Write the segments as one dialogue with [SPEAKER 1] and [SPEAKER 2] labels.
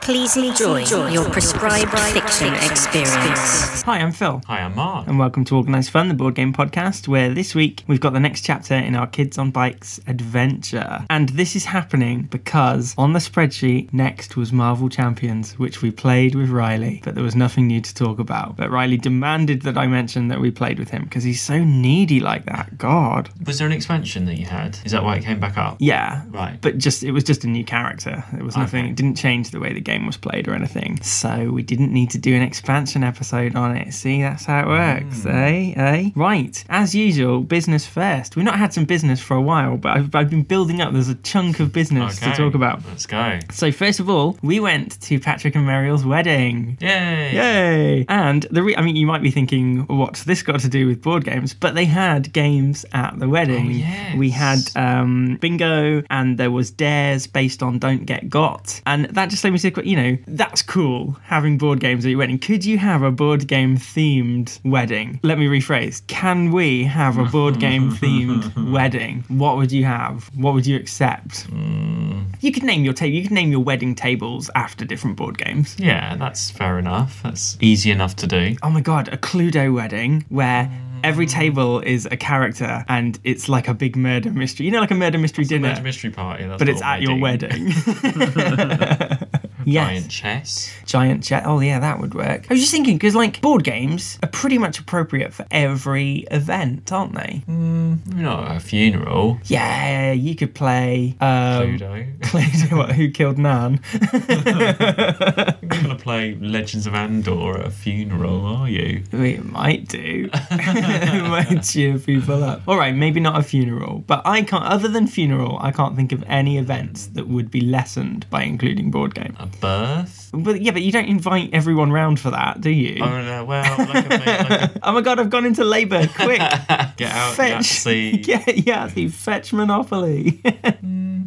[SPEAKER 1] Please enjoy your prescribed fiction experience.
[SPEAKER 2] Hi, I'm Phil.
[SPEAKER 3] Hi, I'm Mark.
[SPEAKER 2] And welcome to Organised Fun, the board game podcast, where this week we've got the next chapter in our Kids on Bikes adventure. And this is happening because on the spreadsheet, next was Marvel Champions, which we played with Riley, but there was nothing new to talk about. But Riley demanded that I mention that we played with him because he's so needy like that. God.
[SPEAKER 3] Was there an expansion that you had? Is that why it came back up?
[SPEAKER 2] Yeah.
[SPEAKER 3] Right.
[SPEAKER 2] But just it was just a new character. It was nothing. It didn't change the way the game was played or anything. So we didn't need to do an expansion episode on it. See, that's how it works, eh? Eh? Right. As usual, business first. We've not had some business for a while, but I've, I've been building up. There's a chunk of business to talk about.
[SPEAKER 3] Let's go.
[SPEAKER 2] So first of all, we went to Patrick and Mariel's wedding.
[SPEAKER 3] Yay.
[SPEAKER 2] Yay! And the re- I mean, you might be thinking, what's this got to do with board games? But they had games at the wedding.
[SPEAKER 3] yes.
[SPEAKER 2] We had um, bingo, and there was dares based on "Don't Get Got," and that just made me think, you know, that's cool having board games at your wedding. Could you have a board game themed wedding? Let me rephrase: Can we have a board game themed wedding? What would you have? What would you accept? You could name your table. You could name your wedding tables after different board games.
[SPEAKER 3] Yeah, that's fair enough. That's easy enough to do.
[SPEAKER 2] oh my god, a Cluedo wedding where every table is a character and it's like a big murder mystery. You know, like a murder mystery dinner,
[SPEAKER 3] Murder mystery party. That's
[SPEAKER 2] but it's
[SPEAKER 3] what
[SPEAKER 2] at
[SPEAKER 3] we
[SPEAKER 2] your
[SPEAKER 3] do.
[SPEAKER 2] wedding. yes.
[SPEAKER 3] Giant chess.
[SPEAKER 2] Giant jet. Oh, yeah, that would work. I was just thinking, because, like, board games are pretty much appropriate for every event, aren't they?
[SPEAKER 3] Maybe not a funeral.
[SPEAKER 2] Yeah, you could play. Um,
[SPEAKER 3] Ludo.
[SPEAKER 2] Cluedo. what, Who Killed Nan?
[SPEAKER 3] You're gonna play Legends of Andor at a funeral, are you?
[SPEAKER 2] It might do. it might cheer people up. All right, maybe not a funeral, but I can't. Other than funeral, I can't think of any events that would be lessened by including board game.
[SPEAKER 3] A birth?
[SPEAKER 2] But yeah, but you don't invite everyone round for that, do you?
[SPEAKER 3] Oh no, well, like a, ma- like
[SPEAKER 2] Oh my god, I've gone into labour. Quick,
[SPEAKER 3] a get out,
[SPEAKER 2] fetch.
[SPEAKER 3] Yahtzee.
[SPEAKER 2] Yeah, yeah, the fetch Monopoly.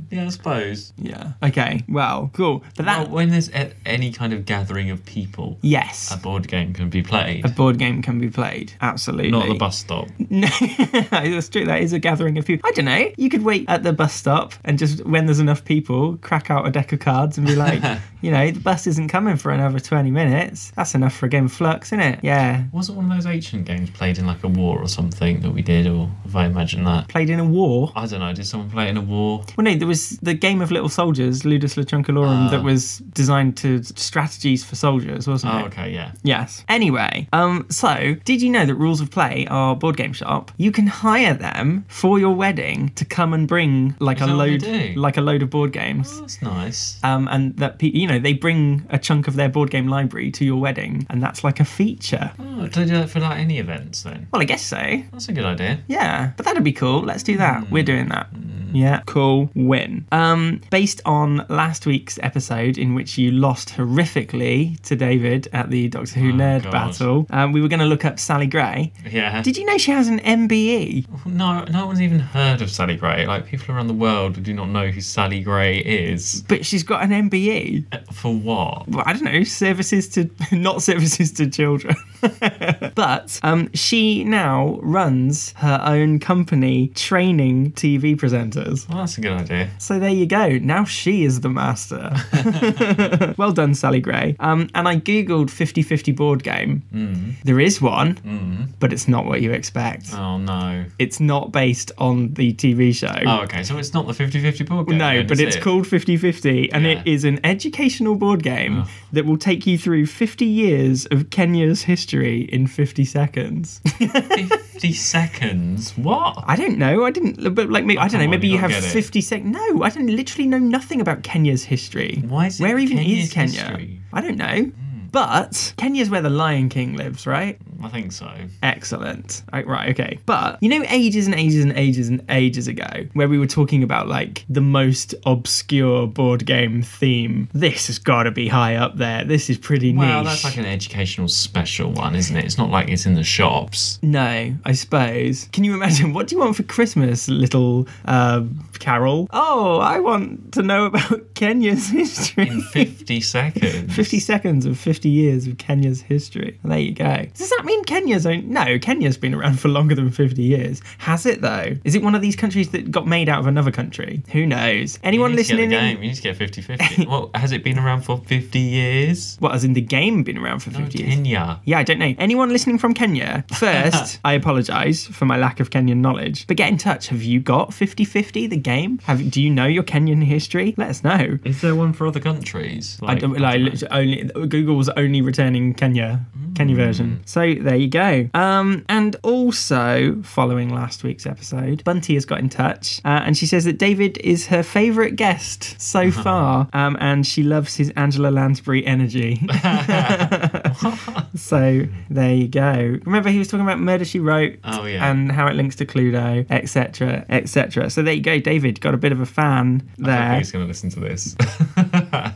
[SPEAKER 3] Yeah, I suppose.
[SPEAKER 2] yeah. Okay. Well, cool. But that.
[SPEAKER 3] Well, when there's a- any kind of gathering of people,
[SPEAKER 2] yes.
[SPEAKER 3] a board game can be played.
[SPEAKER 2] A board game can be played. Absolutely.
[SPEAKER 3] Not the bus stop.
[SPEAKER 2] No, that's true. That is a gathering of people. I don't know. You could wait at the bus stop and just, when there's enough people, crack out a deck of cards and be like, you know, the bus isn't coming for another 20 minutes. That's enough for a game of flux, isn't it? Yeah.
[SPEAKER 3] Wasn't one of those ancient games played in like a war or something that we did, or if I imagine that?
[SPEAKER 2] Played in a war.
[SPEAKER 3] I don't know, did someone play it in a war?
[SPEAKER 2] Well, no, there was the game of Little Soldiers, Ludus Lutrunculorum,
[SPEAKER 3] Ah.
[SPEAKER 2] that was designed to strategies for soldiers, wasn't it?
[SPEAKER 3] Oh, okay, yeah.
[SPEAKER 2] Yes. Anyway, um, so did you know that Rules of Play, our board game shop, you can hire them for your wedding to come and bring like a
[SPEAKER 3] that what they
[SPEAKER 2] load,
[SPEAKER 3] do?
[SPEAKER 2] like a load of board games.
[SPEAKER 3] Oh, That's nice.
[SPEAKER 2] Um, and that pe- you know they bring a chunk of their board game library to your wedding, and that's like a feature.
[SPEAKER 3] Oh, do they do that for like any events then?
[SPEAKER 2] Well, I guess so.
[SPEAKER 3] That's a good idea.
[SPEAKER 2] Yeah, but that'd be cool. Let's do that. We're doing that.
[SPEAKER 3] Mm.
[SPEAKER 2] Yeah, cool. Win. Um, based on last week's episode in which you lost horrifically to David at the Doctor Who nerd
[SPEAKER 3] Oh, God.
[SPEAKER 2] battle, um, we were going to look up Sally Gray.
[SPEAKER 3] Yeah.
[SPEAKER 2] Did you know she has an E? MBE?
[SPEAKER 3] no, no one's even heard of Sally Gray. Like people around the world do not know who Sally Gray is. Uh,
[SPEAKER 2] But she's got an E. MBE.
[SPEAKER 3] For what?
[SPEAKER 2] well, I don't know, services to not services to children. but um, she now runs her own company training TV presenters.
[SPEAKER 3] Well, that's a good idea.
[SPEAKER 2] So there you go. Now she is the master. well done, Sally Gray. Um, and I googled 50-50 board game. There is one, but it's not what you expect.
[SPEAKER 3] Oh no.
[SPEAKER 2] It's not based on the TV show.
[SPEAKER 3] Oh, okay. So it's not the 50-50 board game.
[SPEAKER 2] No,
[SPEAKER 3] then,
[SPEAKER 2] but
[SPEAKER 3] is
[SPEAKER 2] it's
[SPEAKER 3] it?
[SPEAKER 2] called 50 50, and it
[SPEAKER 3] Yeah. Oh.
[SPEAKER 2] is an educational board game that will take you through 50 years of Kenya's history in 50 seconds.
[SPEAKER 3] 50 seconds. What?
[SPEAKER 2] I don't know. I didn't, but like, maybe, I don't
[SPEAKER 3] come
[SPEAKER 2] know.
[SPEAKER 3] on,
[SPEAKER 2] Maybe
[SPEAKER 3] you
[SPEAKER 2] you
[SPEAKER 3] don't
[SPEAKER 2] have
[SPEAKER 3] get it.
[SPEAKER 2] 50 seconds. No, I don't literally know nothing about Kenya's history.
[SPEAKER 3] Why is it
[SPEAKER 2] Where even
[SPEAKER 3] Kenya's
[SPEAKER 2] is Kenya?
[SPEAKER 3] history? Hmm.
[SPEAKER 2] I don't know. But Kenya's where the Lion King lives, right?
[SPEAKER 3] I think so.
[SPEAKER 2] Excellent. Right, right, okay. But you know, ages and ages and ages and ages ago, where we were talking about like the most obscure board game theme. This has got to be high up there. This is pretty
[SPEAKER 3] Well,
[SPEAKER 2] niche.
[SPEAKER 3] that's like an educational special one, isn't it? It's not like it's in the shops.
[SPEAKER 2] no, I suppose. Can you imagine? What do you want for Christmas, little uh, Carol? Oh, I want to know about Kenya's history.
[SPEAKER 3] In 50 seconds.
[SPEAKER 2] 50 seconds of 50 years of Kenya's history. There you go. Does that mean Kenya's own? No, Kenya's been around for longer than 50 years. Has it though? Is it one of these countries that got made out of another country? Who knows? Anyone
[SPEAKER 3] you need
[SPEAKER 2] listening?
[SPEAKER 3] To get the
[SPEAKER 2] in-
[SPEAKER 3] game. You need to get 50 50. well, has it been around for 50 years?
[SPEAKER 2] What, as in the game been around for
[SPEAKER 3] No,
[SPEAKER 2] 50 years?
[SPEAKER 3] Oh, Kenya.
[SPEAKER 2] Yeah, I don't know. Anyone listening from Kenya, first, I apologise for my lack of Kenyan knowledge. But get in touch. Have you got 50 50 the game? Have Do you know your Kenyan history? Let us know.
[SPEAKER 3] Is there one for other countries?
[SPEAKER 2] I don't like
[SPEAKER 3] know.
[SPEAKER 2] literally only Google's only returning Kenya Kenya
[SPEAKER 3] Mm.
[SPEAKER 2] version. So there you go. Um, and also following last week's episode, Bunty has got in touch uh, and she says that David is her favourite guest so
[SPEAKER 3] Uh-huh.
[SPEAKER 2] far, um, and she loves his Angela Lansbury energy. so there you go. Remember he was talking about Murder She Wrote
[SPEAKER 3] Oh, yeah.
[SPEAKER 2] and how it links to Cluedo, etc., etc. So there you go, David got a bit of a fan
[SPEAKER 3] I
[SPEAKER 2] there.
[SPEAKER 3] don't think he's going to listen to this.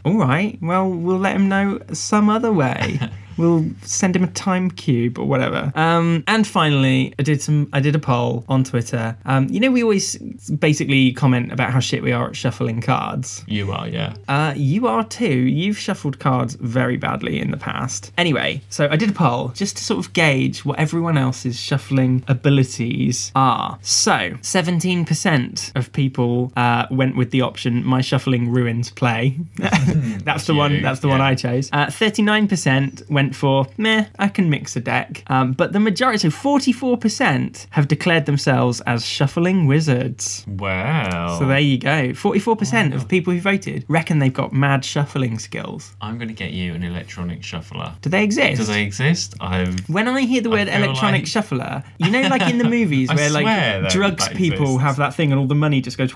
[SPEAKER 2] All right. Well, we'll let him know some other way. we'll send him a time cube or whatever. Um, and finally, I did some. I did a poll on Twitter. Um, you know, we always basically comment about how shit we are at shuffling cards.
[SPEAKER 3] you are, yeah.
[SPEAKER 2] Uh, you are too. You've shuffled cards very badly in the past. Anyway, so I did a poll just to sort of gauge what everyone else's shuffling abilities are. So, 17% of people uh, went with the option "My shuffling ruins play." that's the one.
[SPEAKER 3] you,
[SPEAKER 2] That's the one
[SPEAKER 3] yeah.
[SPEAKER 2] I chose. Uh, 39% went for "Meh, I can mix a deck," um, but the majority, so 44%, have declared themselves as shuffling wizards.
[SPEAKER 3] Wow.
[SPEAKER 2] So there you go. 44%
[SPEAKER 3] Oh.
[SPEAKER 2] of people who voted reckon they've got mad shuffling skills.
[SPEAKER 3] I'm going to get you an electronic shuffler.
[SPEAKER 2] Do they exist?
[SPEAKER 3] Do they exist? I've.
[SPEAKER 2] when I hear the word
[SPEAKER 3] feel
[SPEAKER 2] electronic
[SPEAKER 3] like-
[SPEAKER 2] shuffler, you know, like in the movies
[SPEAKER 3] I
[SPEAKER 2] where
[SPEAKER 3] swear
[SPEAKER 2] like
[SPEAKER 3] that-
[SPEAKER 2] drugs
[SPEAKER 3] that
[SPEAKER 2] people
[SPEAKER 3] exists.
[SPEAKER 2] have that thing and all the money just goes.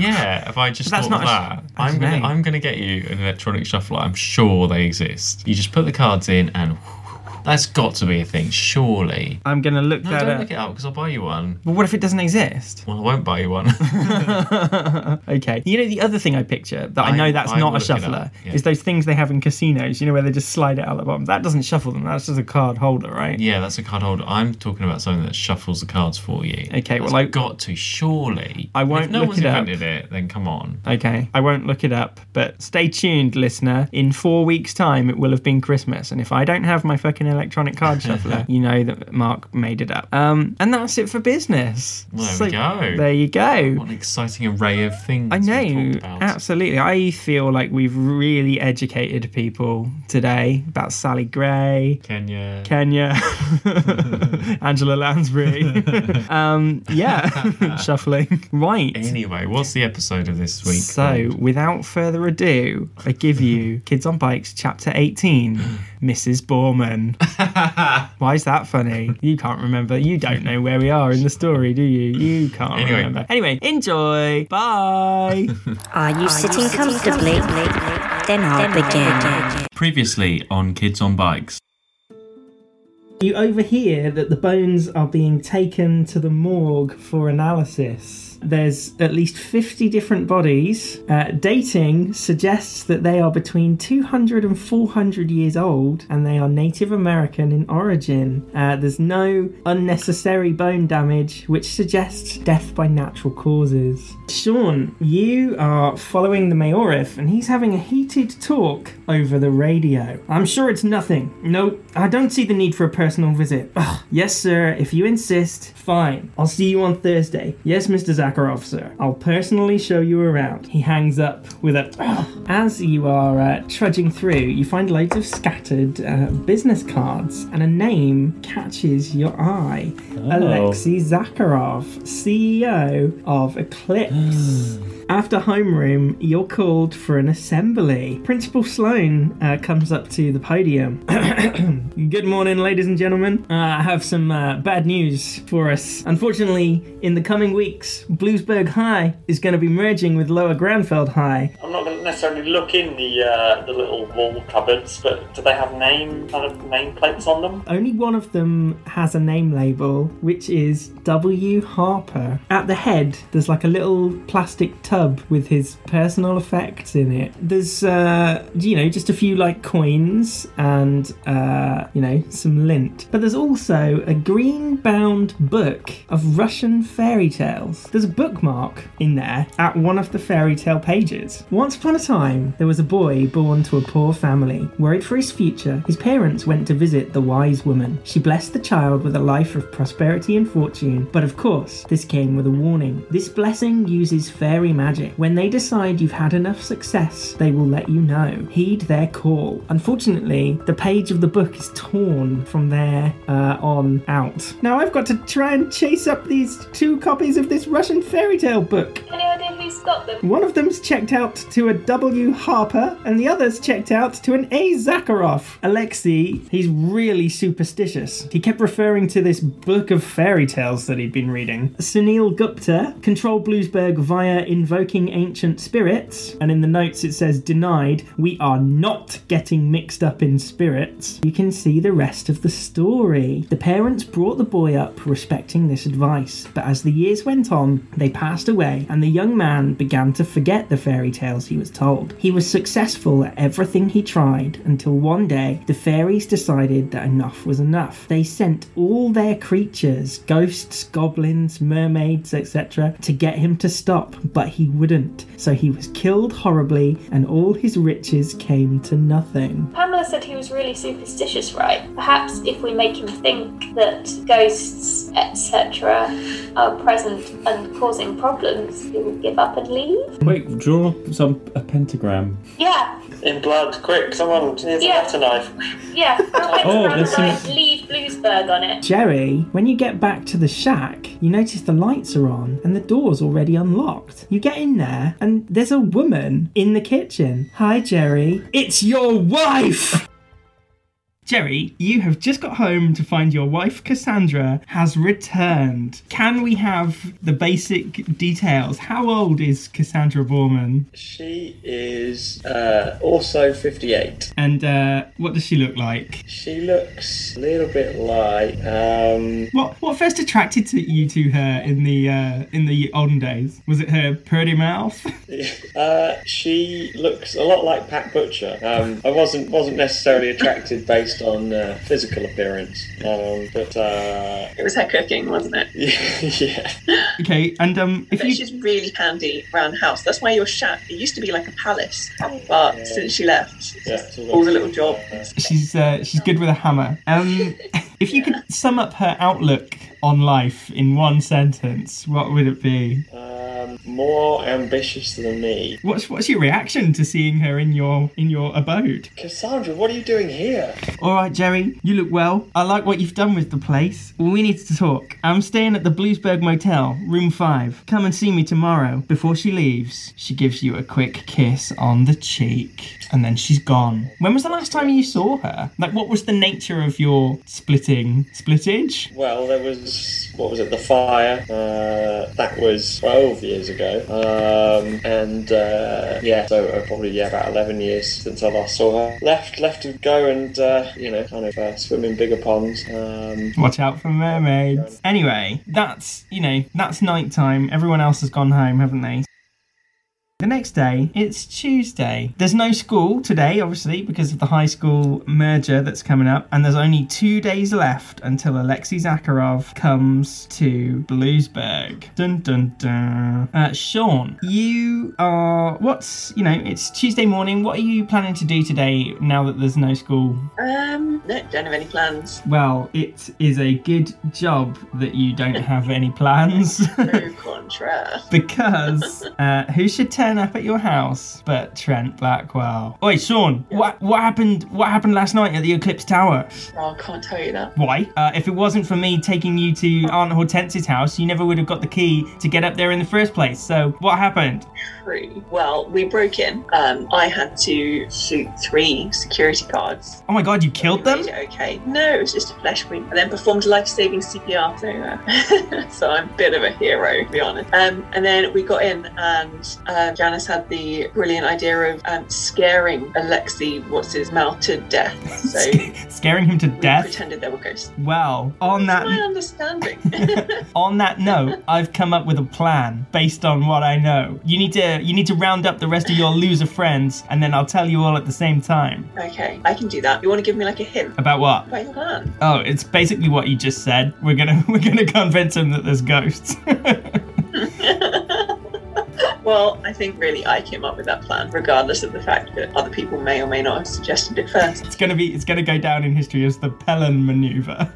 [SPEAKER 3] Yeah, if I just
[SPEAKER 2] But that's
[SPEAKER 3] thought of
[SPEAKER 2] not
[SPEAKER 3] that,
[SPEAKER 2] a sh- I
[SPEAKER 3] I'm
[SPEAKER 2] don't
[SPEAKER 3] gonna
[SPEAKER 2] know.
[SPEAKER 3] I'm gonna get you an electronic shuffler. I'm sure they exist. You just put the cards in, and that's got to be a thing, surely.
[SPEAKER 2] I'm gonna look
[SPEAKER 3] No,
[SPEAKER 2] that
[SPEAKER 3] don't
[SPEAKER 2] up.
[SPEAKER 3] look it up because I'll buy you one.
[SPEAKER 2] But what if it doesn't exist?
[SPEAKER 3] Well, I won't buy you one.
[SPEAKER 2] Okay. You know the other thing I picture that I,
[SPEAKER 3] I-
[SPEAKER 2] know that's
[SPEAKER 3] I
[SPEAKER 2] not a
[SPEAKER 3] will look it up,
[SPEAKER 2] shuffler
[SPEAKER 3] yeah.
[SPEAKER 2] is those things they have in casinos. You know where they just slide it out the bottom. That doesn't shuffle them. That's just a card holder, right?
[SPEAKER 3] yeah, that's a card holder. I'm talking about something that shuffles the cards for you.
[SPEAKER 2] Okay,
[SPEAKER 3] That's
[SPEAKER 2] well, I-
[SPEAKER 3] got to surely.
[SPEAKER 2] I
[SPEAKER 3] And
[SPEAKER 2] won't
[SPEAKER 3] If no
[SPEAKER 2] look
[SPEAKER 3] one's
[SPEAKER 2] it up.
[SPEAKER 3] invented it, then come on.
[SPEAKER 2] Okay, I won't look it up, but stay tuned, listener. In four weeks' time, it will have been Christmas, and if I don't have my fucking electronic card shuffler, you know that Mark made it up. Um, and that's it for business.
[SPEAKER 3] Well, there we go.
[SPEAKER 2] There you go.
[SPEAKER 3] What an exciting array of things.
[SPEAKER 2] I know,
[SPEAKER 3] We've talked about.
[SPEAKER 2] absolutely. I feel like we've really educated people today about Sally Gray,
[SPEAKER 3] Kenya.
[SPEAKER 2] Kenya, Angela Lansbury. um, yeah, shuffling. Right.
[SPEAKER 3] Anyway, what's the episode of this week?
[SPEAKER 2] So,
[SPEAKER 3] called?
[SPEAKER 2] without further ado, I give you Kids on Bikes, Chapter 18, Mrs. Borman. Why is that funny? You can't remember. You don't know where we are in the story, do you? You can't
[SPEAKER 3] Anyway.
[SPEAKER 2] remember. Anyway, enjoy. Bye.
[SPEAKER 1] Are you sitting comfortably? Then I'll begin.
[SPEAKER 3] previously on Kids on Bikes.
[SPEAKER 2] you overhear that the bones are being taken to the morgue for analysis. There's at least 50 different bodies. Uh, dating suggests that they are between 200 and 400 years old and they are Native American in origin. Uh, there's no unnecessary bone damage, which suggests death by natural causes. Sean, you are following the Mayorif and he's having a heated talk over the radio. I'm sure it's nothing. No, I don't see the need for a personal visit. Ugh. Yes, sir, if you insist, fine. I'll see you on Thursday. Yes, Mr. Zakharov, sir. I'll personally show you around. He hangs up with a. Ugh. As you are uh, trudging through, you find loads of scattered uh, business cards and a name catches your eye Alexei Zakharov, CEO of Eclipse. After homeroom, you're called for an assembly. Principal Sloan uh, comes up to the podium. Good morning, ladies and gentlemen. Uh, I have some uh, bad news for us. Unfortunately, in the coming weeks, Bluesburg High is going to be merging with Lower Granfeld High.
[SPEAKER 4] I'm not going to necessarily look in the uh, the little wall cupboards, but do they have name kind of nameplates on them?
[SPEAKER 2] Only one of them has a name label, which is W. Harper. At the head, there's like a little plastic tub tub with his personal effects in it. There's, uh, you know, just a few like coins and, uh, you know, some lint. But there's also a green bound book of Russian fairy tales. There's a bookmark in there at one of the fairy tale pages. Once upon a time, there was a boy born to a poor family. Worried for his future, his parents went to visit the wise woman. She blessed the child with a life of prosperity and fortune, but of course, this came with a warning. This blessing uses fairy magic. When they decide you've had enough success, they will let you know. Heed their call. Unfortunately, the page of the book is torn from there uh, on out. Now I've got to try and chase up these two copies of this Russian fairy tale book.
[SPEAKER 5] Any idea who's got them?
[SPEAKER 2] One of them's checked out to a W. Harper, and the other's checked out to an A. Zakharov. Alexei, he's really superstitious. He kept referring to this book of fairy tales that he'd been reading. Sunil Gupta, control Bluesberg via invoking ancient spirits, and in the notes it says denied, we are not getting mixed up in spirits. You can see the rest of the story. The parents brought the boy up respecting this advice, but as the years went on, they passed away, and the young man began to forget the fairy tales he was told. He was successful at everything he tried until one day the fairies decided that enough was enough. They sent all their creatures ghosts, goblins, mermaids, etc. to get him to stop, but he wouldn't. So he was killed horribly, and all his riches came to nothing.
[SPEAKER 5] Pamela said he was really superstitious, right? Perhaps if we make him think that ghosts, etc., are present and causing problems, he will give up and leave?
[SPEAKER 6] Wait, draw some a pentagram.
[SPEAKER 5] Yeah,
[SPEAKER 7] In blood, quick, someone, here's
[SPEAKER 5] Yeah.
[SPEAKER 7] a butter knife.
[SPEAKER 5] yeah.
[SPEAKER 6] Oh,
[SPEAKER 5] I'll get
[SPEAKER 6] there's
[SPEAKER 5] the
[SPEAKER 6] some-
[SPEAKER 5] right, leave Bluesburg on it.
[SPEAKER 2] Jerry, when you get back to the shack, you notice the lights are on and the door's already unlocked. You get in there and there's a woman in the kitchen. Hi, Jerry. It's your wife!
[SPEAKER 4] Jerry, you have just got home to find your wife Cassandra has returned. Can we have the basic details? How old is Cassandra Borman?
[SPEAKER 7] She is uh, also 58.
[SPEAKER 4] And uh, what does she look like?
[SPEAKER 7] She looks a little bit like. Um,
[SPEAKER 4] What what first attracted to you to her in the uh, in the olden days? Was it her pretty mouth?
[SPEAKER 7] Uh, she looks a lot like Pat Butcher. Um, I wasn't wasn't necessarily attracted based on uh, physical appearance, um, but uh,
[SPEAKER 8] It was her cooking, wasn't it?
[SPEAKER 7] yeah,
[SPEAKER 4] okay, and um, if
[SPEAKER 8] But
[SPEAKER 4] you
[SPEAKER 8] she's really handy around the house. That's why your shack, it used to be like a palace, but since she left, it's
[SPEAKER 7] Yeah,
[SPEAKER 8] just
[SPEAKER 7] it's all
[SPEAKER 8] all
[SPEAKER 7] gone.
[SPEAKER 8] the little job.
[SPEAKER 4] She's uh, she's good with a hammer. Um, if you could sum up her outlook on life in one sentence, what would it be?
[SPEAKER 7] um, more ambitious than me.
[SPEAKER 4] What's what's your reaction to seeing her in your in your abode?
[SPEAKER 7] Cassandra, what are you doing here?
[SPEAKER 4] All right, Jerry, you look well. I like what you've done with the place. We need to talk. I'm staying at the Bluesburg Motel, room five. Come and see me tomorrow. Before she leaves, she gives you a quick kiss on the cheek, and then she's gone. When was the last time you saw her? Like, what was the nature of your splitting splittage?
[SPEAKER 7] Well, there was what was it? The fire. Uh, that was twelve years ago, um, and uh, yeah, so uh, probably yeah about eleven years since I last saw her. Left, left to go and uh, you know kind of uh, swim in bigger ponds. Um,
[SPEAKER 4] Watch out for mermaids. Anyway, that's, you know, that's nighttime. Everyone else has gone home, haven't they? The next day, it's Tuesday. There's no school today, obviously, because of the high school merger that's coming up, and there's only two days left until Alexei Zakharov comes to Bluesburg. Dun dun dun. Uh, Sean, you are. What's. You know, it's Tuesday morning. What are you planning to do today now that there's no school?
[SPEAKER 8] Um, no, don't have any plans.
[SPEAKER 4] Well, it is a good job that you don't have any plans.
[SPEAKER 8] No contra.
[SPEAKER 4] because uh, who should turn up at your house but Trent Blackwell? Oi, Sean, what what happened what happened last night at the Eclipse Tower?
[SPEAKER 8] Oh, I can't tell you that.
[SPEAKER 4] Why? Uh, if it wasn't for me taking you to Aunt Hortense's house, you never would have got the key to get up there in the first place. So what happened?
[SPEAKER 8] True. Well, we broke in. Um, I had to shoot three security guards.
[SPEAKER 4] Oh my god, you killed them?
[SPEAKER 8] did it okay. No, it was just a flesh wound. I then performed life-saving CPR, so uh, so I'm a bit of a hero to be honest. Um, and then we got in, and uh, Janice had the brilliant idea of um, scaring Alexei, what's his mouth, to death. So we
[SPEAKER 2] Scaring him to death?
[SPEAKER 8] pretended there were ghosts.
[SPEAKER 2] Well, on
[SPEAKER 8] That's my
[SPEAKER 2] that
[SPEAKER 8] understanding.
[SPEAKER 2] on that note, I've come up with a plan based on what I know. You need to you need to round up the rest of your loser friends and then I'll tell you all at the same time.
[SPEAKER 8] Okay, I can do that. You want to give me like a hint
[SPEAKER 2] About what?
[SPEAKER 8] about your plan?
[SPEAKER 2] Oh, it's basically what you just said. We're gonna we're gonna convince him that there's ghosts.
[SPEAKER 8] Well, I think really I came up with that plan, regardless of the fact that other people may or may not have suggested it first.
[SPEAKER 2] it's gonna be it's gonna go down in history as the Pelon maneuver.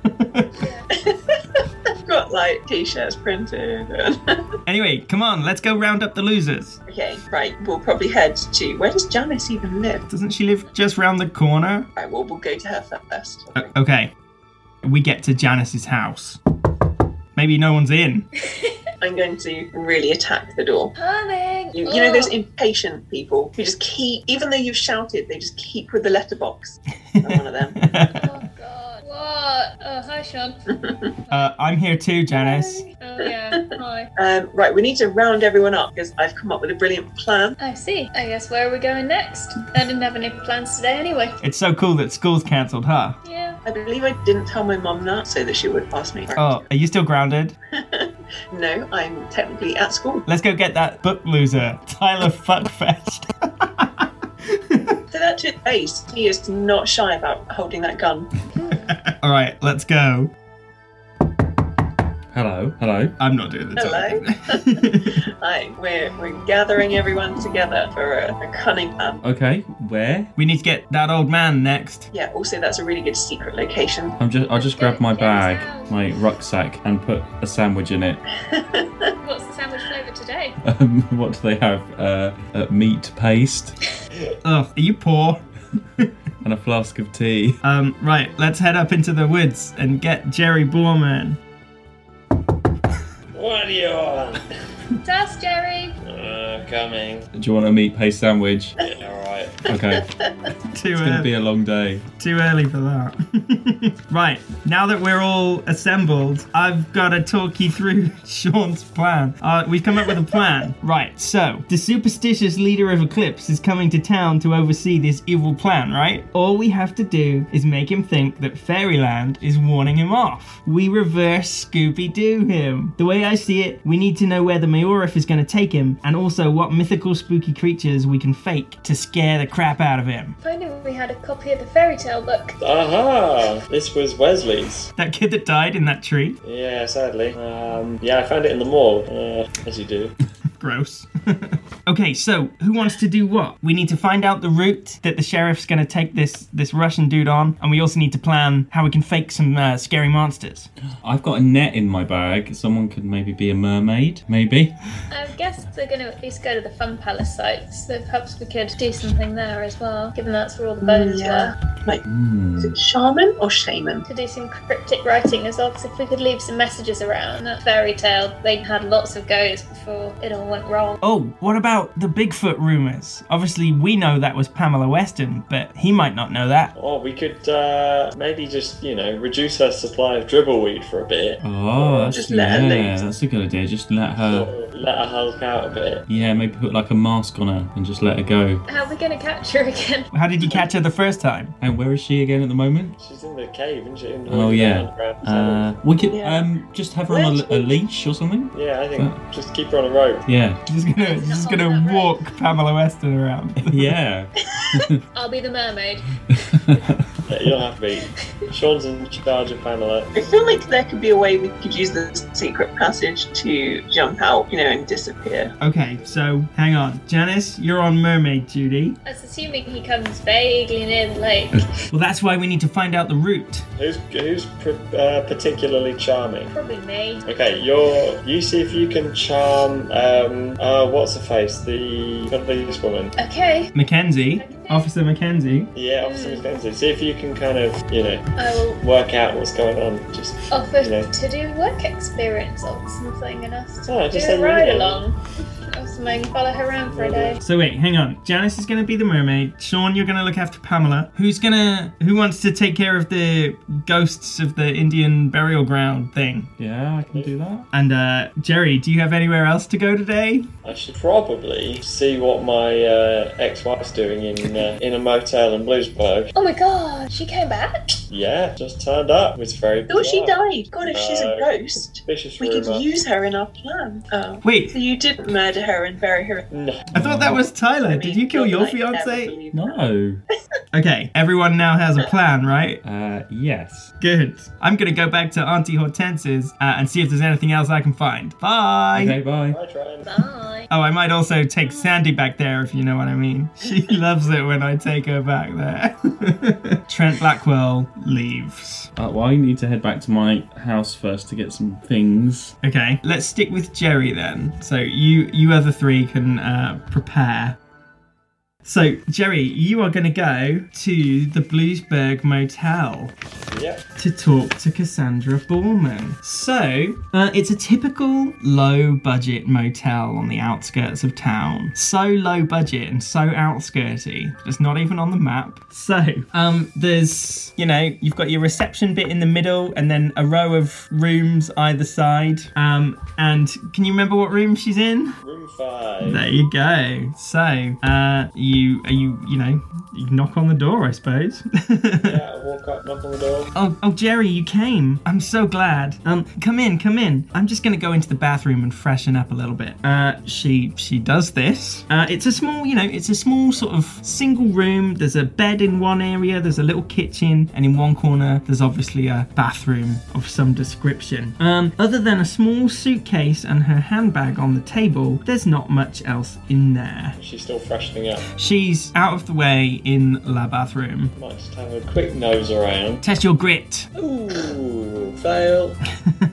[SPEAKER 8] I've got like t-shirts printed. and-
[SPEAKER 2] anyway, come on, let's go round up the losers.
[SPEAKER 8] okay, right. We'll probably head to where does Janice even live?
[SPEAKER 2] Doesn't she live just round the corner?
[SPEAKER 8] Right, well we'll go to her first.
[SPEAKER 2] O- okay. We get to Janice's house. Maybe no one's in.
[SPEAKER 8] I'm going to really attack the door.
[SPEAKER 5] Coming.
[SPEAKER 8] You, you know those impatient people who just keep, even though you've shouted, they just keep with the letterbox. I'm one of them.
[SPEAKER 5] Oh God. What? Oh, hi, Sean.
[SPEAKER 2] Uh, I'm here too, Janice.
[SPEAKER 5] Oh yeah. Hi.
[SPEAKER 8] Um, right, we need to round everyone up because I've come up with a brilliant plan.
[SPEAKER 5] I see. I guess where are we going next? I didn't have any plans today anyway.
[SPEAKER 2] It's so cool that school's cancelled, huh?
[SPEAKER 5] Yeah.
[SPEAKER 8] I believe I didn't tell my mum that so that she would ask me.
[SPEAKER 2] Oh, are you still grounded?
[SPEAKER 8] No, I'm technically at school.
[SPEAKER 2] Let's go get that book loser, Tyler Fuckfest.
[SPEAKER 8] So that's his face. He is not shy about holding that gun.
[SPEAKER 2] All right, let's go.
[SPEAKER 6] Hello, hello.
[SPEAKER 2] I'm not doing the
[SPEAKER 8] Hello. Like we're we're gathering everyone together for a, a cunning plan.
[SPEAKER 6] Okay, where?
[SPEAKER 2] we need to get that old man next.
[SPEAKER 8] Yeah. Also, that's a really good secret location.
[SPEAKER 6] I'm just. I'll just grab my
[SPEAKER 5] Get us
[SPEAKER 6] bag,
[SPEAKER 5] out.
[SPEAKER 6] my rucksack, and put a sandwich in it.
[SPEAKER 5] What's the sandwich flavour today?
[SPEAKER 6] Um, what do they have? Uh, uh, meat paste
[SPEAKER 2] Ugh, are you poor?
[SPEAKER 6] and a flask of tea.
[SPEAKER 2] Um, right, let's head up into the woods and get Jerry Borman.
[SPEAKER 7] What do you want?
[SPEAKER 5] Dust, Jerry.
[SPEAKER 7] Uh, coming.
[SPEAKER 6] Do you want a meat paste sandwich?
[SPEAKER 7] Yeah, all right.
[SPEAKER 6] Okay,
[SPEAKER 2] Too
[SPEAKER 6] it's gonna
[SPEAKER 2] early,
[SPEAKER 6] be a long day.
[SPEAKER 2] too early for that. right, now that we're all assembled, I've got to talk you through Sean's plan. Uh, we've come up with a plan. Right, so the superstitious leader of Eclipse is coming to town to oversee this evil plan, right? All we have to do is make him think that Fairyland is warning him off. We reverse Scooby Doo him. The way I see it, we need to know where the Maorif is going to take him and also what mythical spooky creatures we can fake to scare the crap out of him.
[SPEAKER 5] If I knew we had a copy of the fairy tale book.
[SPEAKER 7] Aha! This was Wesley's.
[SPEAKER 2] That kid that died in that tree?
[SPEAKER 7] Yeah, sadly. Um, yeah, I found it in the mall, uh, as you do.
[SPEAKER 2] Gross. okay, so who wants to do what? We need to find out the route that the sheriff's going to take this this Russian dude on, and we also need to plan how we can fake some uh, scary monsters.
[SPEAKER 6] I've got a net in my bag. Someone could maybe be a mermaid. Maybe.
[SPEAKER 5] I guess they're going to at least go to the fun palace site, so perhaps we could do something there as well, given that's where all the bones
[SPEAKER 8] Yeah.
[SPEAKER 5] were.
[SPEAKER 8] Like, is it shaman or shaman?
[SPEAKER 5] To do some cryptic writing as well, because if we could leave some messages around that fairy tale, they had lots of goes before it all went wrong.
[SPEAKER 2] Oh, what about the Bigfoot rumors? Obviously, we know that was Pamela Weston, but he might not know that.
[SPEAKER 7] Or Oh, we could uh, maybe just, you know, reduce her supply of dribbleweed for a bit.
[SPEAKER 6] Oh, that's,
[SPEAKER 8] Just let her
[SPEAKER 6] yeah,
[SPEAKER 8] loose.
[SPEAKER 6] that's a good idea. Just let her.
[SPEAKER 7] Let her hulk out a bit.
[SPEAKER 6] Yeah, maybe put like a mask on her and just let her go.
[SPEAKER 5] How are we going to capture again?
[SPEAKER 2] How did you catch her the first time?
[SPEAKER 6] And where is she again at the moment?
[SPEAKER 7] She's in the cave, isn't she? In the
[SPEAKER 6] Oh yeah.
[SPEAKER 7] underground tunnel.
[SPEAKER 6] Uh, we could
[SPEAKER 8] Yeah.
[SPEAKER 6] um just have her on a, a leash or something.
[SPEAKER 7] yeah, I
[SPEAKER 6] uh,
[SPEAKER 7] think just keep her on a rope.
[SPEAKER 6] Yeah.
[SPEAKER 2] She's gonna, she's just gonna walk Pamela Weston around.
[SPEAKER 6] Yeah.
[SPEAKER 5] I'll be the mermaid.
[SPEAKER 7] Yeah, you'll have to be. Sean's in charge of Pamela.
[SPEAKER 8] I feel like there could be a way we could use the secret passage to jump out, you know, and disappear.
[SPEAKER 2] Okay, so hang on, Janice, you're on mermaid duty.
[SPEAKER 5] That's assuming he comes vaguely near the lake.
[SPEAKER 2] Well, that's why we need to find out the route.
[SPEAKER 7] Who's who's pr- uh, particularly charming?
[SPEAKER 5] Probably me.
[SPEAKER 7] Okay, you're you see if you can charm. Um, uh, what's her face? The police woman.
[SPEAKER 5] Okay,
[SPEAKER 2] Mackenzie,
[SPEAKER 6] Oh.
[SPEAKER 2] Officer Mackenzie.
[SPEAKER 7] Yeah, Officer Mackenzie. See if you can kind of you know
[SPEAKER 5] I will
[SPEAKER 7] work out what's going on. Just
[SPEAKER 5] offer
[SPEAKER 7] you know.
[SPEAKER 5] to do work experience or something and us to
[SPEAKER 7] Oh,
[SPEAKER 5] do
[SPEAKER 7] just
[SPEAKER 5] a
[SPEAKER 7] have a
[SPEAKER 5] ride
[SPEAKER 7] little-
[SPEAKER 5] along. That was and I can follow her around for a day.
[SPEAKER 2] So wait, hang on. Janice is gonna be the mermaid. Sean, you're gonna look after Pamela. Who's gonna? Who wants to take care of the ghosts of the Indian burial ground thing?
[SPEAKER 6] Yeah, I can do that.
[SPEAKER 2] And uh, Jerry, do you have anywhere else to go today?
[SPEAKER 7] I should probably see what my uh, ex-wife's doing in uh, in a motel in Bloomsburg.
[SPEAKER 5] Oh my god, she came back?
[SPEAKER 7] Yeah, just turned up. It was very.
[SPEAKER 8] Oh, she
[SPEAKER 7] bizarre.
[SPEAKER 8] died. God, if she's a
[SPEAKER 7] No.
[SPEAKER 8] ghost,
[SPEAKER 7] Suspicious
[SPEAKER 8] we could
[SPEAKER 7] rumour.
[SPEAKER 8] use her in our plan. Oh.
[SPEAKER 2] Wait,
[SPEAKER 8] So you didn't murder her and bury her.
[SPEAKER 7] No.
[SPEAKER 2] I thought that was Tyler.
[SPEAKER 8] I
[SPEAKER 2] Did
[SPEAKER 8] mean,
[SPEAKER 2] you kill your
[SPEAKER 8] like, never
[SPEAKER 2] fiance?
[SPEAKER 8] believe that.
[SPEAKER 6] No.
[SPEAKER 2] Okay, everyone now has a plan, right?
[SPEAKER 6] Uh, yes.
[SPEAKER 2] Good. I'm gonna go back to Auntie Hortense's uh, and see if there's anything else I can find. Bye.
[SPEAKER 6] Okay, bye.
[SPEAKER 7] I try and
[SPEAKER 5] Bye.
[SPEAKER 2] Oh, I might also take Sandy back there if you know what I mean. She loves it when I take her back there. Trent Blackwell leaves.
[SPEAKER 6] Uh, well, I need to head back to my house first to get some things.
[SPEAKER 2] Okay, let's stick with Jerry then. So you you other three can uh, prepare. So Jerry, you are going to go to the Bluesburg Motel.
[SPEAKER 7] Yep.
[SPEAKER 2] to talk to Cassandra Borman. So, uh, it's a typical low budget motel on the outskirts of town. So low budget and so outskirty, it's not even on the map. So, um, there's, you know, you've got your reception bit in the middle and then a row of rooms either side. Um, and can you remember what room she's in?
[SPEAKER 7] Room five.
[SPEAKER 2] There you go. So, uh, you, are you, you know, you knock on the door, I suppose.
[SPEAKER 7] Yeah, I walk up, knock on the door.
[SPEAKER 2] Oh, oh, Jerry, you came. I'm so glad. Um, come in, come in. I'm just gonna go into the bathroom and freshen up a little bit. Uh, she she does this. Uh, it's a small, you know, it's a small sort of single room. There's a bed in one area. There's a little kitchen, and in one corner there's obviously a bathroom of some description. Um, other than a small suitcase and her handbag on the table, there's not much else in there.
[SPEAKER 7] She's still freshening up.
[SPEAKER 2] She's out of the way in la bathroom.
[SPEAKER 7] Might just have a quick nose around.
[SPEAKER 2] Test your grit.
[SPEAKER 7] Ooh, fail.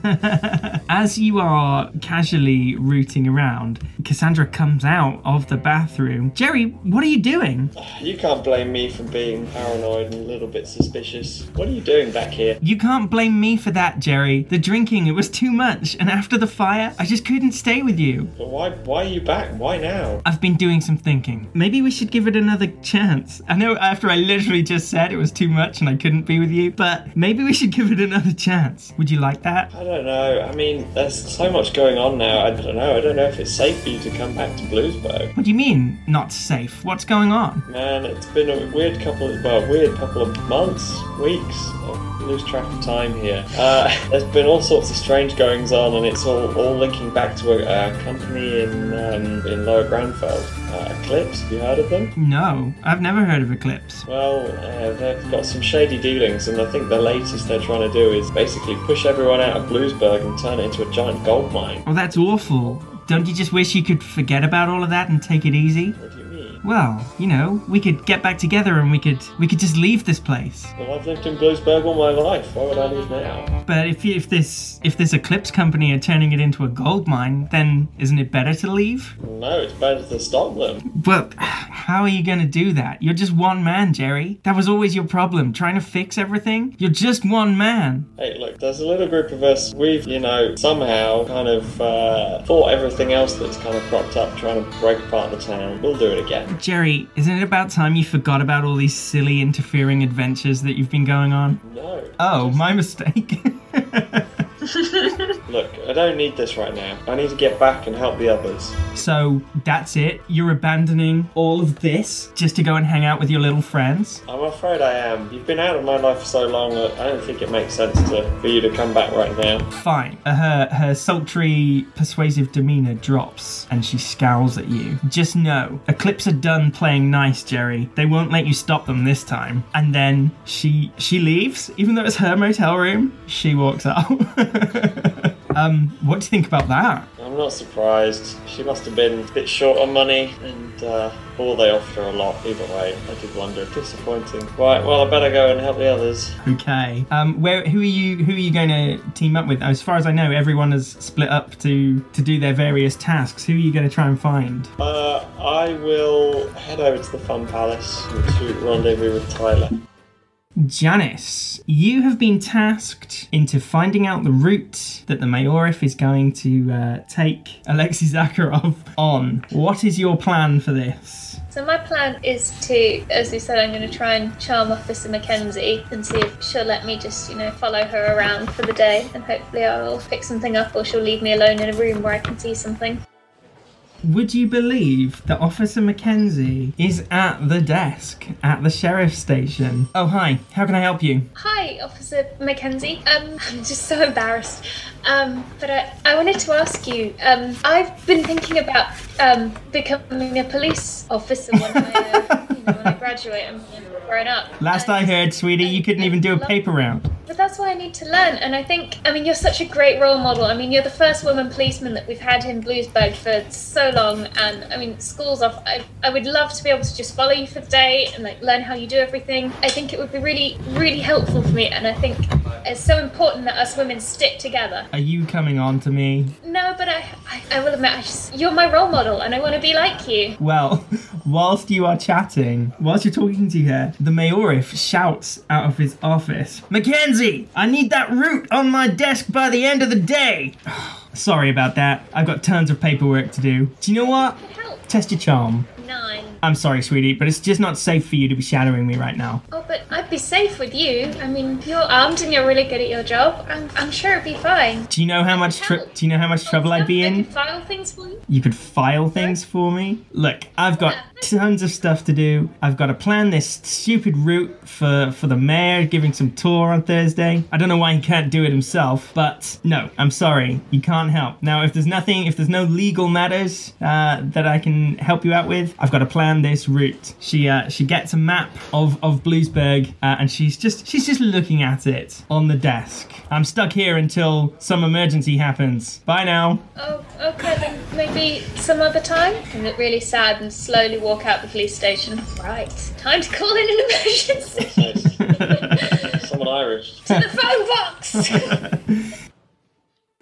[SPEAKER 2] As you are casually rooting around, Cassandra comes out of the bathroom. Jerry, what are you doing?
[SPEAKER 7] You can't blame me for being paranoid and a little bit suspicious. What are you doing back here?
[SPEAKER 2] You can't blame me for that, Jerry. The drinking, it was too much, and after the fire, I just couldn't stay with you.
[SPEAKER 7] But why? Why are you back? Why now?
[SPEAKER 2] I've been doing some thinking. Maybe we should give it another chance. I know after I literally just said it was too much and I couldn't be with you, but maybe we should give it another chance. Would you like that?
[SPEAKER 7] I don't know. I mean, there's so much going on now. I don't know. I don't know if it's safe for you to come back to Bluesburg.
[SPEAKER 2] What do you mean, not safe? What's going on?
[SPEAKER 7] Man, it's been a weird couple of well, weird couple of months, weeks. I lose track of time here. Uh, there's been all sorts of strange goings on, and it's all, all linking back to a, a company in um, in Lower Granfell, uh, Eclipse. Have you heard of them?
[SPEAKER 2] No, I've never heard of Eclipse.
[SPEAKER 7] Well, uh, they've got some shady dealings, and I think the latest they're trying to do is basically push everyone out of Bluesburg and turn it into a giant gold mine.
[SPEAKER 2] Oh, that's awful. Don't you just wish you could forget about all of that and take it easy?
[SPEAKER 7] What do you mean?
[SPEAKER 2] Well, you know, we could get back together and we could we could just leave this place.
[SPEAKER 7] Well, I've lived in Bluesburg all my life. Why would I leave now?
[SPEAKER 2] But if you- if this if this Eclipse company are turning it into a gold mine, then isn't it better to leave?
[SPEAKER 7] No, it's better to stop them.
[SPEAKER 2] Well, how are you going to do that? You're just one man, Jerry. That was always your problem, trying to fix everything. You're just one man.
[SPEAKER 7] Hey, look, there's a little group of us. We've, you know, somehow kind of uh, fought everything else that's kind of cropped up, trying to break apart the town. We'll do it again.
[SPEAKER 2] Jerry, isn't it about time you forgot about all these silly interfering adventures that you've been going on?
[SPEAKER 7] No.
[SPEAKER 2] Oh, my mistake.
[SPEAKER 7] Look, I don't need this right now. I need to get back and help the others.
[SPEAKER 2] So that's it. You're abandoning all of this just to go and hang out with your little friends.
[SPEAKER 7] I'm afraid I am. You've been out of my life for so long that I don't think it makes sense to, for you to come back right now.
[SPEAKER 2] Fine. Uh, Her her sultry, persuasive demeanor drops, and she scowls at you. Just know, Eclipse are done playing nice, Jerry. They won't let you stop them this time. And then she she leaves, even though it's her motel room. She walks out. um, what do you think about that?
[SPEAKER 7] I'm not surprised. She must have been a bit short on money, and uh, all they offered her a lot. Either way, I did wonder. Disappointing. Right. Well, I better go and help the others.
[SPEAKER 2] Okay. Um, where who are you who are you going to team up with? As far as I know, everyone has split up to to do their various tasks. Who are you going to try and find?
[SPEAKER 7] Uh, I will head over to the Fun Palace to rendezvous with Tyler.
[SPEAKER 2] Janice, you have been tasked into finding out the route that the Mayorif is going to uh, take Alexei Zakharov on. What is your plan for this?
[SPEAKER 5] So my plan is to, as you said, I'm going to try and charm Officer Mackenzie and see if she'll let me just, you know, follow her around for the day, and hopefully I'll pick something up, or she'll leave me alone in a room where I can see something.
[SPEAKER 2] Would you believe that Officer Mackenzie is at the desk at the sheriff's station? Oh, hi, how can I help you?
[SPEAKER 5] Hi, Officer Mackenzie. Um, I'm just so embarrassed. Um, but I, I wanted to ask you. Um, I've been thinking about um, becoming a police officer when I, uh, you know, when I graduate and and grown up.
[SPEAKER 2] Last
[SPEAKER 5] And-
[SPEAKER 2] I heard, sweetie, you couldn't even do a paper round.
[SPEAKER 5] But that's what I need to learn. And I think, I mean, you're such a great role model. I mean, you're the first woman policeman that we've had in Bluesburg for so long. And I mean, schools off. I, I would love to be able to just follow you for the day and like learn how you do everything. I think it would be really, really helpful for me. And I think it's so important that us women stick together.
[SPEAKER 2] Are you coming on to me?
[SPEAKER 5] No, but I, I, I will admit, I just, you're my role model and I want to be like you.
[SPEAKER 2] Well, whilst you are chatting, whilst you're talking to her, the Mayorif shouts out of his office Mackenzie, I need that route on my desk by the end of the day. Sorry about that. I've got tons of paperwork to do. Do you know what?
[SPEAKER 5] Could help.
[SPEAKER 2] Test your charm.
[SPEAKER 5] Nine.
[SPEAKER 2] I'm sorry, sweetie, but it's just not safe for you to be shadowing me right now.
[SPEAKER 5] Oh, but I'd be safe with you. I mean, you're armed and you're really good at your job. I'm, I'm sure it'd be fine.
[SPEAKER 2] Do you know how much tr- do you know how much trouble I'd be
[SPEAKER 5] I
[SPEAKER 2] in?
[SPEAKER 5] could file things for you.
[SPEAKER 2] you could file things for me. Look, I've got tons of stuff to do. I've got to plan this stupid route for for the mayor giving some tour on Thursday. I don't know why he can't do it himself, but no, I'm sorry, you can't help. Now, if there's nothing, if there's no legal matters uh, that I can help you out with, I've got to plan this route. She uh, she gets a map of of Bluesburg, uh, and she's just she's just looking at it on the desk. I'm stuck here until some emergency happens. Bye now.
[SPEAKER 5] Oh, okay, then maybe some other time. And look really sad and slowly walk out the police station. Right. Time to call in an emergency.
[SPEAKER 7] Someone Irish.
[SPEAKER 5] to the phone box!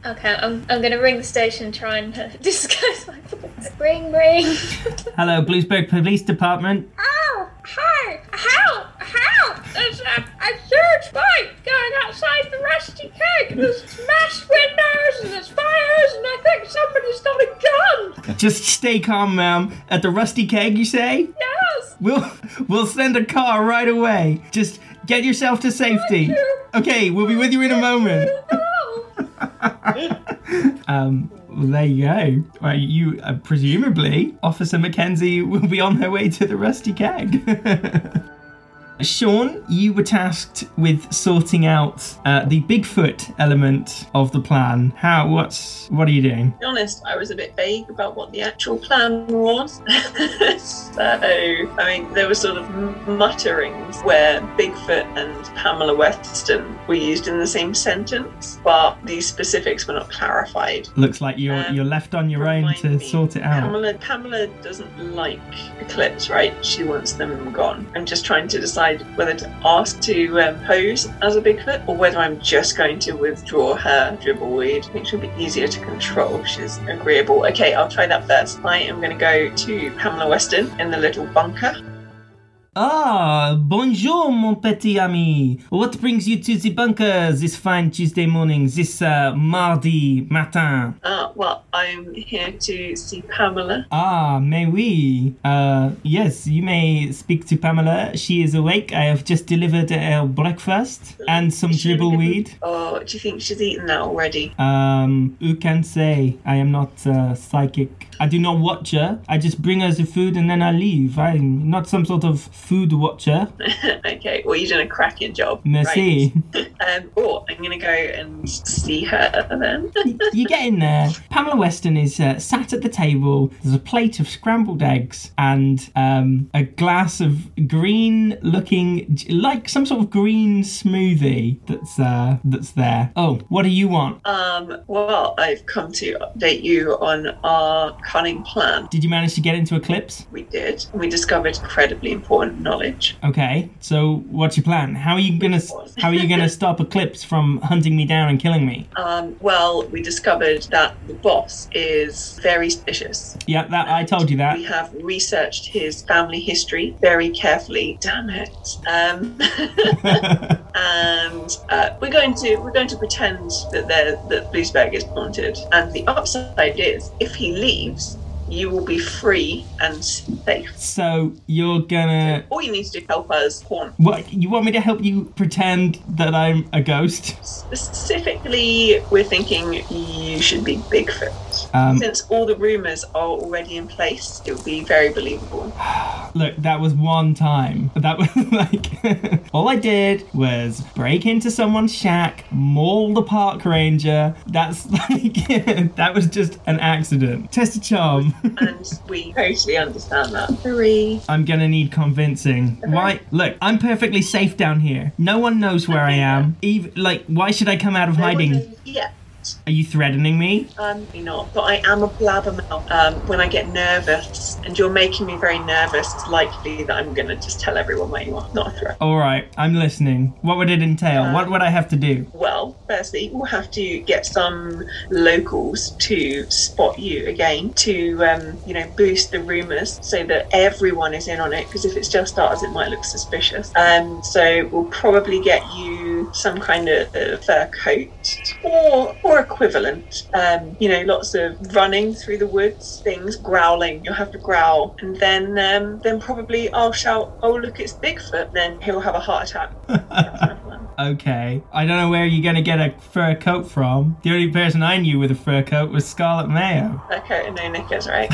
[SPEAKER 5] okay, I'm, I'm gonna ring the station and try and uh, disguise my voice. Ring, ring.
[SPEAKER 2] Hello, Bluesburg Police Department.
[SPEAKER 5] Ow! Hi! Help! Help! There's a, a huge fight going outside the Rusty Pig! There's smashed windows and there's fires and I think somebody's got a gun!
[SPEAKER 2] Just stay calm, ma'am. At the Rusty Keg, you say?
[SPEAKER 5] Yes!
[SPEAKER 2] We'll we'll send a car right away. Just get yourself to safety. Okay, we'll be with you in a moment.
[SPEAKER 5] No!
[SPEAKER 2] Um, well, there you go. Well, you uh, presumably Officer Mackenzie will be on her way to the Rusty Keg. Sean, you were tasked with sorting out uh, the Bigfoot element of the plan. How? What's? What are you doing?
[SPEAKER 8] be honest, I was a bit vague about what the actual plan was. so, I mean, there were sort of m- mutterings where Bigfoot and Pamela Weston were used in the same sentence, but these specifics were not clarified.
[SPEAKER 2] Looks like you're
[SPEAKER 8] Um,
[SPEAKER 2] you're left on your own
[SPEAKER 8] Remind
[SPEAKER 2] to
[SPEAKER 8] me,
[SPEAKER 2] sort it out.
[SPEAKER 8] Pamela, Pamela doesn't like Eclipse, right? She wants them gone. I'm just trying to decide whether to ask to um, pose as a Bigfoot or whether I'm just going to withdraw her dribbleweed. I think she'll be easier to control. She's agreeable. Okay, I'll try that first. I am going to go to Pamela Weston in the little bunker.
[SPEAKER 2] Ah, bonjour, mon petit ami. What brings you to the bunker this fine Tuesday morning, this uh, mardi matin?
[SPEAKER 8] Uh, well, I'm here to see Pamela.
[SPEAKER 2] Ah, may we? Uh, yes, you may speak to Pamela. She is awake. I have just delivered her breakfast and some
[SPEAKER 8] She-
[SPEAKER 2] dribbleweed.
[SPEAKER 8] Oh, do you think she's eaten that already?
[SPEAKER 2] Um, who can say? I am not uh, psychic. I do not watch her. I just bring her the food and then I leave. I'm not some sort of food watcher.
[SPEAKER 8] okay, well, you've done a cracking job.
[SPEAKER 2] Merci.
[SPEAKER 8] Right. Um, oh, I'm gonna go and see her then.
[SPEAKER 2] you get in there. Pamela Weston is uh, sat at the table. There's a plate of scrambled eggs and um, a glass of green-looking, like some sort of green smoothie that's uh, that's there. Oh, what do you want?
[SPEAKER 8] um, well, I've come to update you on our cunning plan.
[SPEAKER 2] Did you manage to get into Eclipse?
[SPEAKER 8] We did. We discovered incredibly important knowledge.
[SPEAKER 2] Okay, so what's your plan? How are you gonna How are you gonna sharper clips from hunting me down and killing me?
[SPEAKER 8] Um, well, we discovered that the boss is very suspicious.
[SPEAKER 2] Yeah, that I told you that.
[SPEAKER 8] We have researched his family history very carefully. Damn it. Um, and uh, we're going to we're going to pretend that there that Bloomsburg is haunted. And the upside is, if he leaves, you will be free and safe.
[SPEAKER 2] So you're gonna.
[SPEAKER 8] All you need to do is help us haunt.
[SPEAKER 2] What you want me to help you pretend that I'm a ghost?
[SPEAKER 8] Specifically, we're thinking you should be Bigfoot.
[SPEAKER 2] Um,
[SPEAKER 8] Since all the rumours are already in place, it would be very believable.
[SPEAKER 2] Look, that was one time. That was like all I did was break into someone's shack, maul the park ranger. That's like that was just an accident. Test a charm.
[SPEAKER 8] and we totally understand that. Three.
[SPEAKER 2] I'm gonna need convincing. Why? Look, I'm perfectly safe down here. No one knows where I am. Even like, why should I come out of hiding?
[SPEAKER 8] Yeah.
[SPEAKER 2] Are you threatening me?
[SPEAKER 8] Um, maybe not, but I am a blabbermouth. Um, when I get nervous, and you're making me very nervous, it's likely that I'm gonna just tell everyone where you are. Not a threat.
[SPEAKER 2] All right, I'm listening. What would it entail? what would I have to do?
[SPEAKER 8] Well, firstly, we'll have to get some locals to spot you again to, um, you know, boost the rumours so that everyone is in on it. Because if it's just us, it might look suspicious. Um, so we'll probably get you some kind of uh, fur coat or or equivalent. Um, you know, lots of running through the woods, things growling. You'll have to growl, and then um, then probably I'll shout, "Oh look, it's Bigfoot!" Then he'll have a heart attack. That's my plan.
[SPEAKER 2] Okay, I don't know where you're gonna get a fur coat from. The only person I knew with a fur coat was Scarlet Mayo.
[SPEAKER 8] That coat and no knickers, right?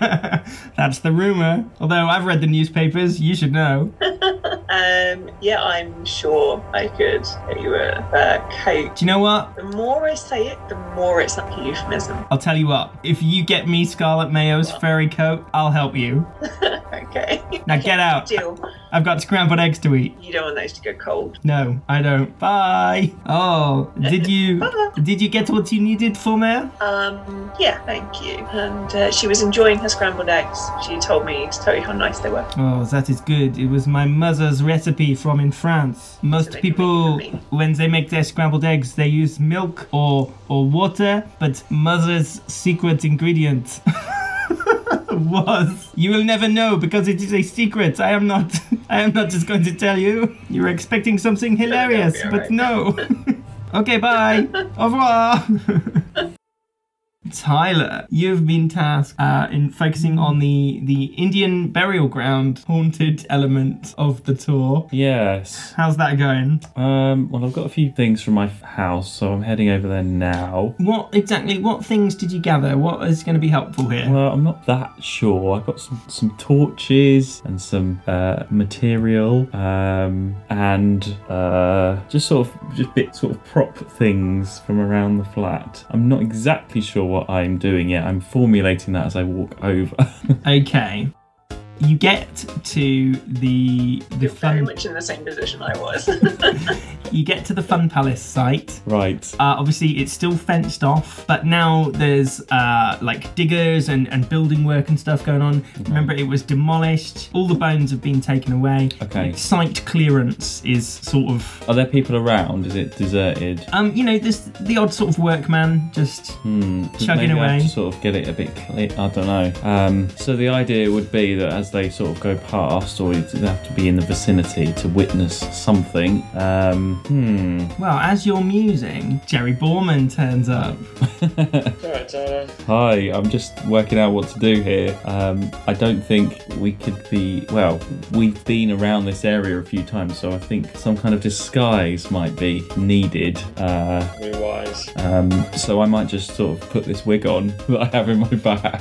[SPEAKER 2] That's the rumor. Although I've read the newspapers, you should know.
[SPEAKER 8] Um, yeah, I'm sure I could get you a, a coat.
[SPEAKER 2] Do you know what?
[SPEAKER 8] The more I say it, the more it's like a euphemism.
[SPEAKER 2] I'll tell you what. If you get me Scarlet Mayo's furry coat, I'll help you.
[SPEAKER 8] Okay.
[SPEAKER 2] Now get out.
[SPEAKER 8] Deal.
[SPEAKER 2] I've got scrambled eggs to eat.
[SPEAKER 8] You don't want those to go cold.
[SPEAKER 2] No, I don't. Bye. Oh, did you did you get what you needed for me?
[SPEAKER 8] Um, yeah, thank you. And uh, she was enjoying her scrambled eggs. She told me to tell you how nice they were.
[SPEAKER 2] Oh, that is good. It was my mother's recipe from in France. Most
[SPEAKER 8] they can
[SPEAKER 2] people,
[SPEAKER 8] make them
[SPEAKER 2] when they make their scrambled eggs, they use milk or or water. But mother's secret ingredient was you will never know because it is a secret. I am not. I am not just going to tell you. You were expecting something hilarious,
[SPEAKER 8] all
[SPEAKER 2] but
[SPEAKER 8] right.
[SPEAKER 2] no. okay, bye. Au revoir. Tyler, you've been tasked uh, in focusing on the the Indian burial ground haunted element of the tour.
[SPEAKER 6] Yes.
[SPEAKER 2] How's that going?
[SPEAKER 6] Um, well, I've got a few things from my f- house, so I'm heading over there now.
[SPEAKER 2] What exactly? What things did you gather? What is going to be helpful here?
[SPEAKER 6] Well, I'm not that sure. I got some, some torches and some uh, material, um, and uh, just sort of just bit sort of prop things from around the flat. I'm not exactly sure what I'm doing yet. I'm formulating that as I walk over.
[SPEAKER 2] Okay, you get to the the
[SPEAKER 8] Very
[SPEAKER 2] fun.
[SPEAKER 8] much in the same position I was.
[SPEAKER 2] You get to the Fun Palace site.
[SPEAKER 6] right.
[SPEAKER 2] Uh, obviously, it's still fenced off, but now there's uh, like diggers and, and building work and stuff going on. Remember, it was demolished. All the bones have been taken away.
[SPEAKER 6] Okay.
[SPEAKER 2] Site clearance is sort of,
[SPEAKER 6] Are there people around? Is it deserted?
[SPEAKER 2] um, you know, there's the odd sort of workman just
[SPEAKER 6] Hmm,
[SPEAKER 2] Chugging
[SPEAKER 6] maybe I have
[SPEAKER 2] away.
[SPEAKER 6] to sort of get it a bit clear. I don't know. Um, so the idea would be that as they sort of go past, or they have to be in the vicinity to witness something. Um, hmm.
[SPEAKER 2] Well, as you're musing, Jerry Borman turns up.
[SPEAKER 7] Alright, Tyler.
[SPEAKER 6] Hi, I'm just working out what to do here. Um, I don't think we could be. Well, we've been around this area a few times, so I think some kind of disguise might be needed. Uh,
[SPEAKER 7] Be wise.
[SPEAKER 6] um, so I might just sort of put this wig on that I have in my bag.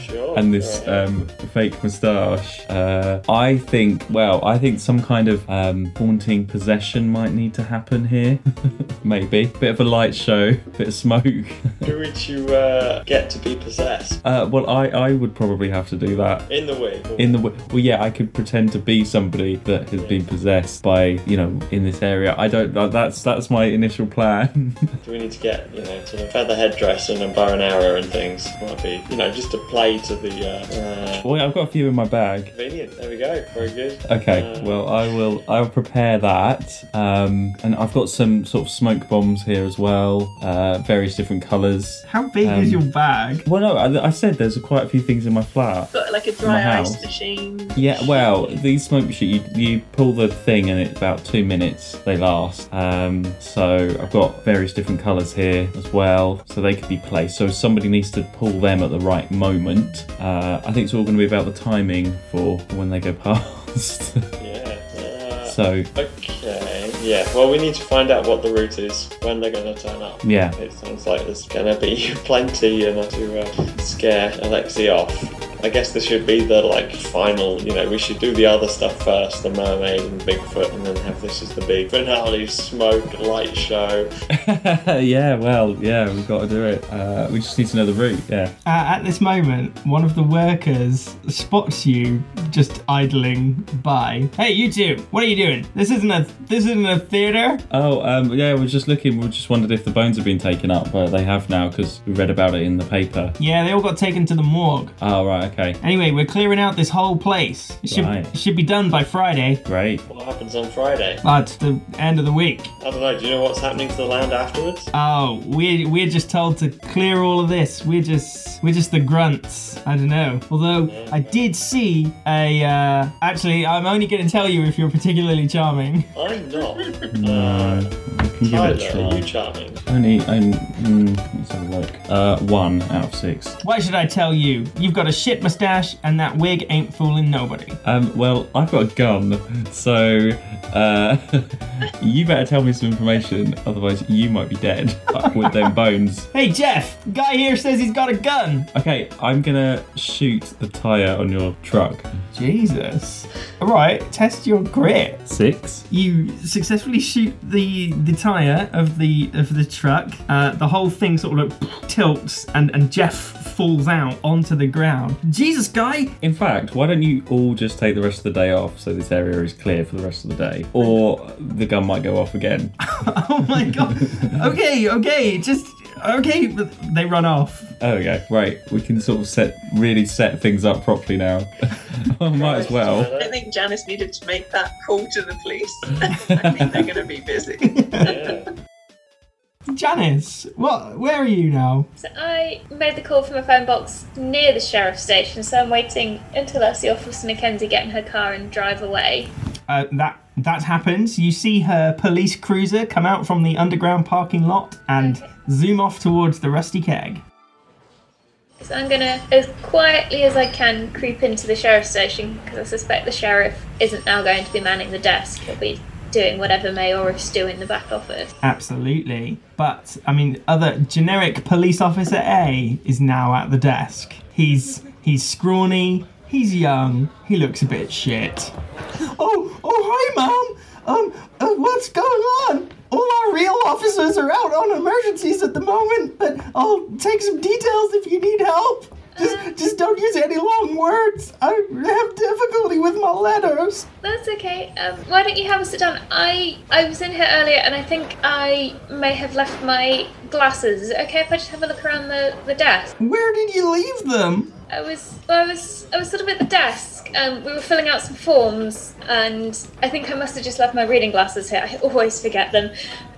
[SPEAKER 7] Sure.
[SPEAKER 6] and this
[SPEAKER 7] Alright.
[SPEAKER 6] um, fake moustache. Uh, I think, well, I think some kind of um, haunting possession might need to happen here. Maybe. Bit of a light show, bit of smoke.
[SPEAKER 7] Who would you uh, get to be possessed?
[SPEAKER 6] Uh, well, I, I would probably have to do that.
[SPEAKER 7] In the way. or-
[SPEAKER 6] In the w- well, yeah, I could pretend to be somebody that has been possessed by, you know, in this area. I don't. that- That's that's my initial plan.
[SPEAKER 7] Do we need to get, you know, sort of feather headdress and a bow and arrow and things? Might be, you know, just to play to the the uh, uh,
[SPEAKER 6] Wait, I've got a few in my bag.
[SPEAKER 7] convenient. There we go. Very good.
[SPEAKER 6] Okay,
[SPEAKER 7] Uh,
[SPEAKER 6] well, I will. I'll prepare that, um, and I've got some sort of smoke bombs here as well, uh, various different colours.
[SPEAKER 2] How big is
[SPEAKER 6] Um,
[SPEAKER 2] your bag?
[SPEAKER 6] Well, no, I, I said there's quite a few things in my flat.
[SPEAKER 8] Got like a dry
[SPEAKER 6] My
[SPEAKER 8] ice
[SPEAKER 6] house.
[SPEAKER 8] machine.
[SPEAKER 6] Yeah, well, these smoke machine, you, you pull the thing and it's about two minutes they last. Um, so I've got various different colours here as well, so they could be placed. So somebody needs to pull them at the right moment. Uh, I think it's all going to be about the timing for when they go past.
[SPEAKER 7] Yeah. Uh,
[SPEAKER 6] so
[SPEAKER 7] okay. Yeah. Well, we need to find out what the route is when they're going to turn up.
[SPEAKER 6] yeah,
[SPEAKER 7] It sounds like there's going to be plenty, you know, to uh, scare Alexi off. I guess this should be the like final. You know, we should do the other stuff first, the mermaid and Bigfoot, and then have this as the big finale smoke light show.
[SPEAKER 6] yeah, well, yeah, we've got to do it. Uh, we just need to know the route. Yeah.
[SPEAKER 2] Uh, at this moment, one of the workers spots you just idling by. Hey, you two! What are you doing? This isn't a this isn't a theater.
[SPEAKER 6] Oh, um, yeah, we're just looking. We just wondered if the bones have been taken up, but they have now because we read about it in the paper.
[SPEAKER 2] Yeah, they all got taken to the morgue.
[SPEAKER 6] Oh, right, okay,
[SPEAKER 2] Anyway, we're clearing out this whole place. It should
[SPEAKER 6] Right.
[SPEAKER 2] it should be done by Friday.
[SPEAKER 6] great.
[SPEAKER 7] What happens on Friday?
[SPEAKER 2] Uh, it's the end of the week.
[SPEAKER 7] I don't know. Do you know what's happening to the land afterwards?
[SPEAKER 2] Oh, we're we're just told to clear all of this. We're just we're just the grunts. I don't know. Although I did see a. Uh, actually, I'm only going to tell you if you're particularly charming.
[SPEAKER 7] I'm not.
[SPEAKER 6] No,
[SPEAKER 7] Uh,
[SPEAKER 6] we can give it a
[SPEAKER 7] Tyler, are you
[SPEAKER 6] try.
[SPEAKER 7] charming?
[SPEAKER 6] Only, um, mm, let's have a look. Uh, one out of six.
[SPEAKER 2] Why should I tell you? You've got a shit mustache, and that wig ain't fooling nobody.
[SPEAKER 6] Um, well, I've got a gun, so uh, you better tell me some information, otherwise you might be dead uh, with them bones.
[SPEAKER 2] Hey Jeff, guy here says he's got a gun.
[SPEAKER 6] Okay, I'm gonna shoot the tire on your truck.
[SPEAKER 2] Jesus. All right, test your grit.
[SPEAKER 6] Six.
[SPEAKER 2] you successfully shoot the the tire of the of the truck. Uh, the whole thing sort of like tilts, and and Jeff falls out onto the ground. Jesus, guy!
[SPEAKER 6] In fact, why don't you all just take the rest of the day off so this area is clear for the rest of the day? Or the gun might go off again.
[SPEAKER 2] Oh my god! Okay, okay, just okay. but They run off.
[SPEAKER 6] There we go. Right, we can sort of set really set things up properly now. I might as well.
[SPEAKER 8] I don't think Janice needed to make that call to the police. I think they're going to be busy.
[SPEAKER 7] Yeah.
[SPEAKER 2] Janice, what? Where are you now?
[SPEAKER 5] So I made the call from a phone box near the sheriff's station, so I'm waiting until I see Officer Mackenzie get in her car and drive away.
[SPEAKER 2] Uh, that that happens. You see her police cruiser come out from the underground parking lot and zoom off towards the rusty keg.
[SPEAKER 5] So I'm gonna, as quietly as I can, creep into the sheriff's station because I suspect the sheriff isn't now going to be manning the desk. He'll be doing whatever Mayoris do in the back office.
[SPEAKER 2] Absolutely. But, I mean, other generic police officer A is now at the desk. He's he's scrawny, he's young, he looks a bit shit. Oh, oh, hi, Mum! Um, uh, what's going on? All our real officers are out on emergencies at the moment, but I'll take some details if you need help. Just, just don't use any long words. I have difficulty with my letters.
[SPEAKER 5] That's okay. Um, why don't you have a sit down? I I was in here earlier, and I think I may have left my glasses. Is it okay if I just have a look around the, the desk?
[SPEAKER 2] Where did you leave them?
[SPEAKER 5] I was well, I was I was sort of at the desk. Um, we were filling out some forms, and I think I must have just left my reading glasses here. I always forget them.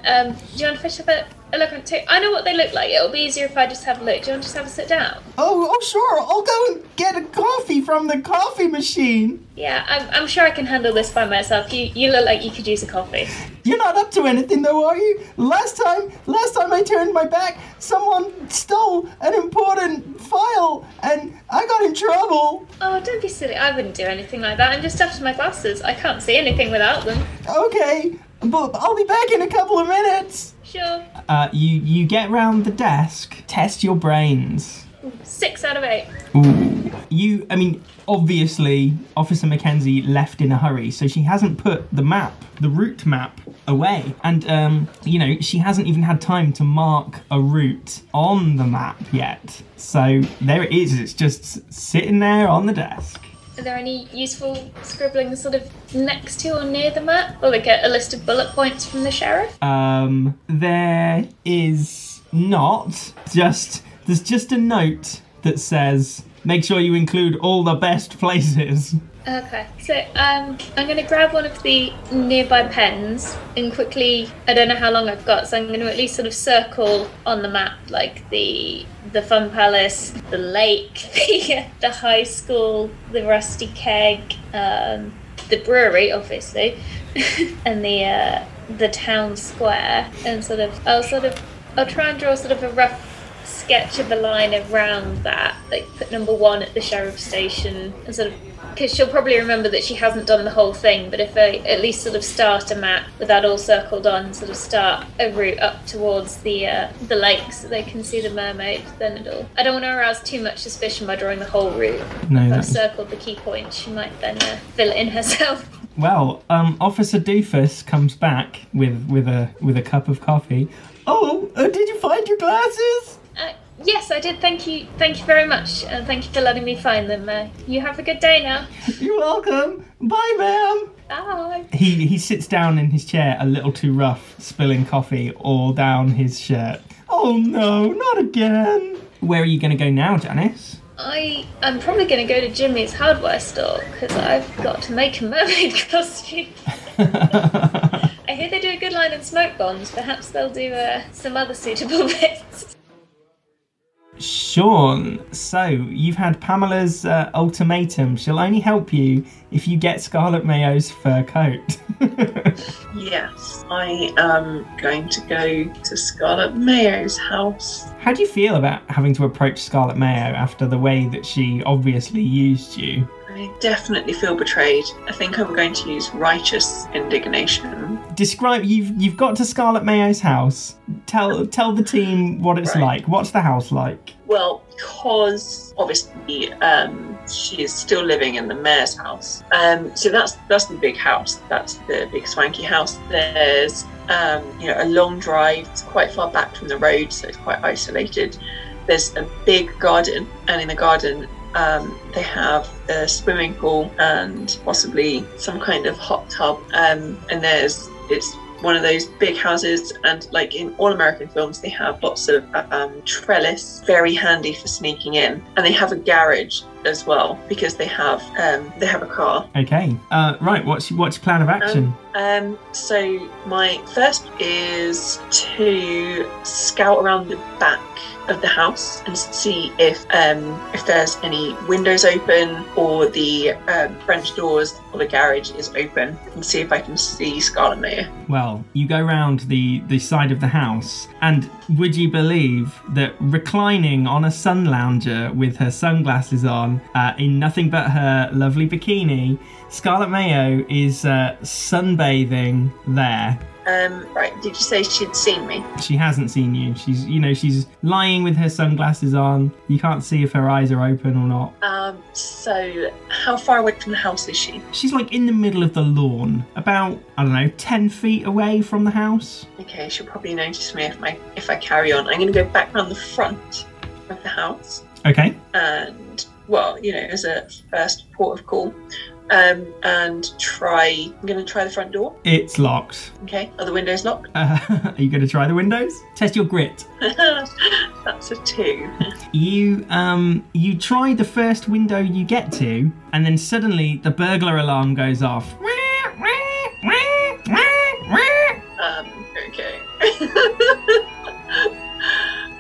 [SPEAKER 5] Um, do you want to fish up a, a look at two? I know what they look like. It'll be easier if I just have a look. Do you want to just have a sit down?
[SPEAKER 2] Oh, oh, sure. I'll go and get a coffee from the coffee machine.
[SPEAKER 5] Yeah, I'm, I'm sure I can handle this by myself. You you look like you could use a coffee.
[SPEAKER 2] You're not up to anything, though, are you? Last time, last time I turned my back, someone stole an important file, and I got in trouble.
[SPEAKER 5] Oh, don't be silly. I wouldn't do anything like that. I'm just after my glasses. I can't see anything without them.
[SPEAKER 2] Okay, but I'll be back in a couple of minutes.
[SPEAKER 5] Sure.
[SPEAKER 2] Uh, you you get round the desk, test your brains.
[SPEAKER 5] Six out of eight.
[SPEAKER 2] Ooh. You, I mean, obviously, Officer Mackenzie left in a hurry, so she hasn't put the map, the route map, away. And, um, you know, she hasn't even had time to mark a route on the map yet. So there it is, it's just sitting there on the desk.
[SPEAKER 5] Are there any useful scribbling sort of next to or near the map? Or like a, a list of bullet points from the sheriff?
[SPEAKER 2] Um, there is not just, there's just a note that says, Make sure you include all the best places.
[SPEAKER 5] Okay, so um, I'm going to grab one of the nearby pens and quickly. I don't know how long I've got, so I'm going to at least sort of circle on the map, like the the fun palace, the lake, the, the high school, the rusty keg, um, the brewery, obviously, and the uh, the town square, and sort of I'll sort of I'll try and draw sort of a rough sketch of a line around that, like put number one at the sheriff's station, and sort of because she'll probably remember that she hasn't done the whole thing. But if I at least sort of start a map with that all circled on, sort of start a route up towards the uh, the lake so they can see the mermaid, then it'll. I don't want to arouse too much suspicion by drawing the whole route.
[SPEAKER 2] No,
[SPEAKER 5] If I've
[SPEAKER 2] that's
[SPEAKER 5] circled the key points, she might then uh, fill it in herself.
[SPEAKER 2] Well, um, Officer Doofus comes back with with a with a cup of coffee. Oh, uh, did you find your glasses?
[SPEAKER 5] Uh, yes, I did. Thank you. Thank you very much, and thank you for letting me find them. Uh, you have a good day now.
[SPEAKER 2] You're welcome. Bye, ma'am.
[SPEAKER 5] Bye.
[SPEAKER 2] He he sits down in his chair, a little too rough, spilling coffee all down his shirt. Oh no, not again. Where are you going to go now, Janice?
[SPEAKER 5] I am probably going to go to Jimmy's hardware store because I've got to make a mermaid costume. I hear they do a good line in smoke bombs. Perhaps they'll do uh, some other suitable bits.
[SPEAKER 2] Sean, so you've had Pamela's uh, ultimatum. She'll only help you if you get Scarlet Mayo's fur coat.
[SPEAKER 8] Yes, I am going to go to Scarlet Mayo's house.
[SPEAKER 2] How do you feel about having to approach Scarlet Mayo after the way that she obviously used you?
[SPEAKER 8] I definitely feel betrayed. I think I'm going to use righteous indignation.
[SPEAKER 2] Describe you've you've got to Scarlet Mayo's house. Tell tell the team what it's
[SPEAKER 8] Right.
[SPEAKER 2] like. What's the house like?
[SPEAKER 8] Well, because obviously um, she is still living in the mayor's house. Um, so that's that's the big house. That's the big swanky house. There's um, you know a long drive. It's quite far back from the road, so it's quite isolated. There's a big garden, and in the garden. Um, they have a swimming pool and possibly some kind of hot tub. Um, and there's it's one of those big houses and like in all american films they have lots of uh, um, trellis very handy for sneaking in and they have a garage as well because they have um, they have a car
[SPEAKER 2] Okay. Uh, right. What's what's your plan of action?
[SPEAKER 8] um, so my first is to scout around the back of the house and see if um, if there's any windows open or the um, french doors or the garage is open and see if i can see scarlet mayor
[SPEAKER 2] Well, you go round the the side of the house, and would you believe that reclining on a sun lounger with her sunglasses on, uh, in nothing but her lovely bikini, Scarlet Mayo is uh, sunbathing there.
[SPEAKER 8] Um, right, did you say she'd seen me?
[SPEAKER 2] She hasn't seen you. She's, you know, she's lying with her sunglasses on. You can't see if her eyes are open or not.
[SPEAKER 8] Um, so how far away from the house is she?
[SPEAKER 2] She's like in the middle of the lawn, about I don't know, ten feet away from the house.
[SPEAKER 8] Okay, she'll probably notice me if my if I carry on. I'm gonna go back round the front of the house
[SPEAKER 2] Okay.
[SPEAKER 8] and well, you know, as a first port of call. Um, and try I'm gonna try the front door.
[SPEAKER 2] It's locked.
[SPEAKER 8] Okay. Are the windows locked?
[SPEAKER 2] Uh, are you going to try the windows? Test your grit.
[SPEAKER 8] That's a two.
[SPEAKER 2] You um you try the first window you get to, and then suddenly the burglar alarm goes off.
[SPEAKER 8] Um, okay.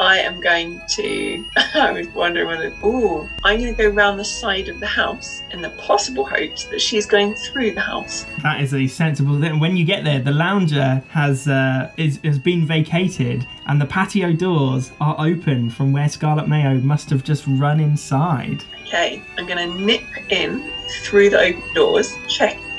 [SPEAKER 8] I am going to. I was wondering whether. Ooh, I'm going to go round the side of the house in the possible hopes that she's going through the house.
[SPEAKER 2] That is a sensible thing. When you get there, the lounger has uh, is has been vacated, and the patio doors are open from where Scarlet Mayo must have just run inside.
[SPEAKER 8] Okay, I'm going to nip in through the open doors,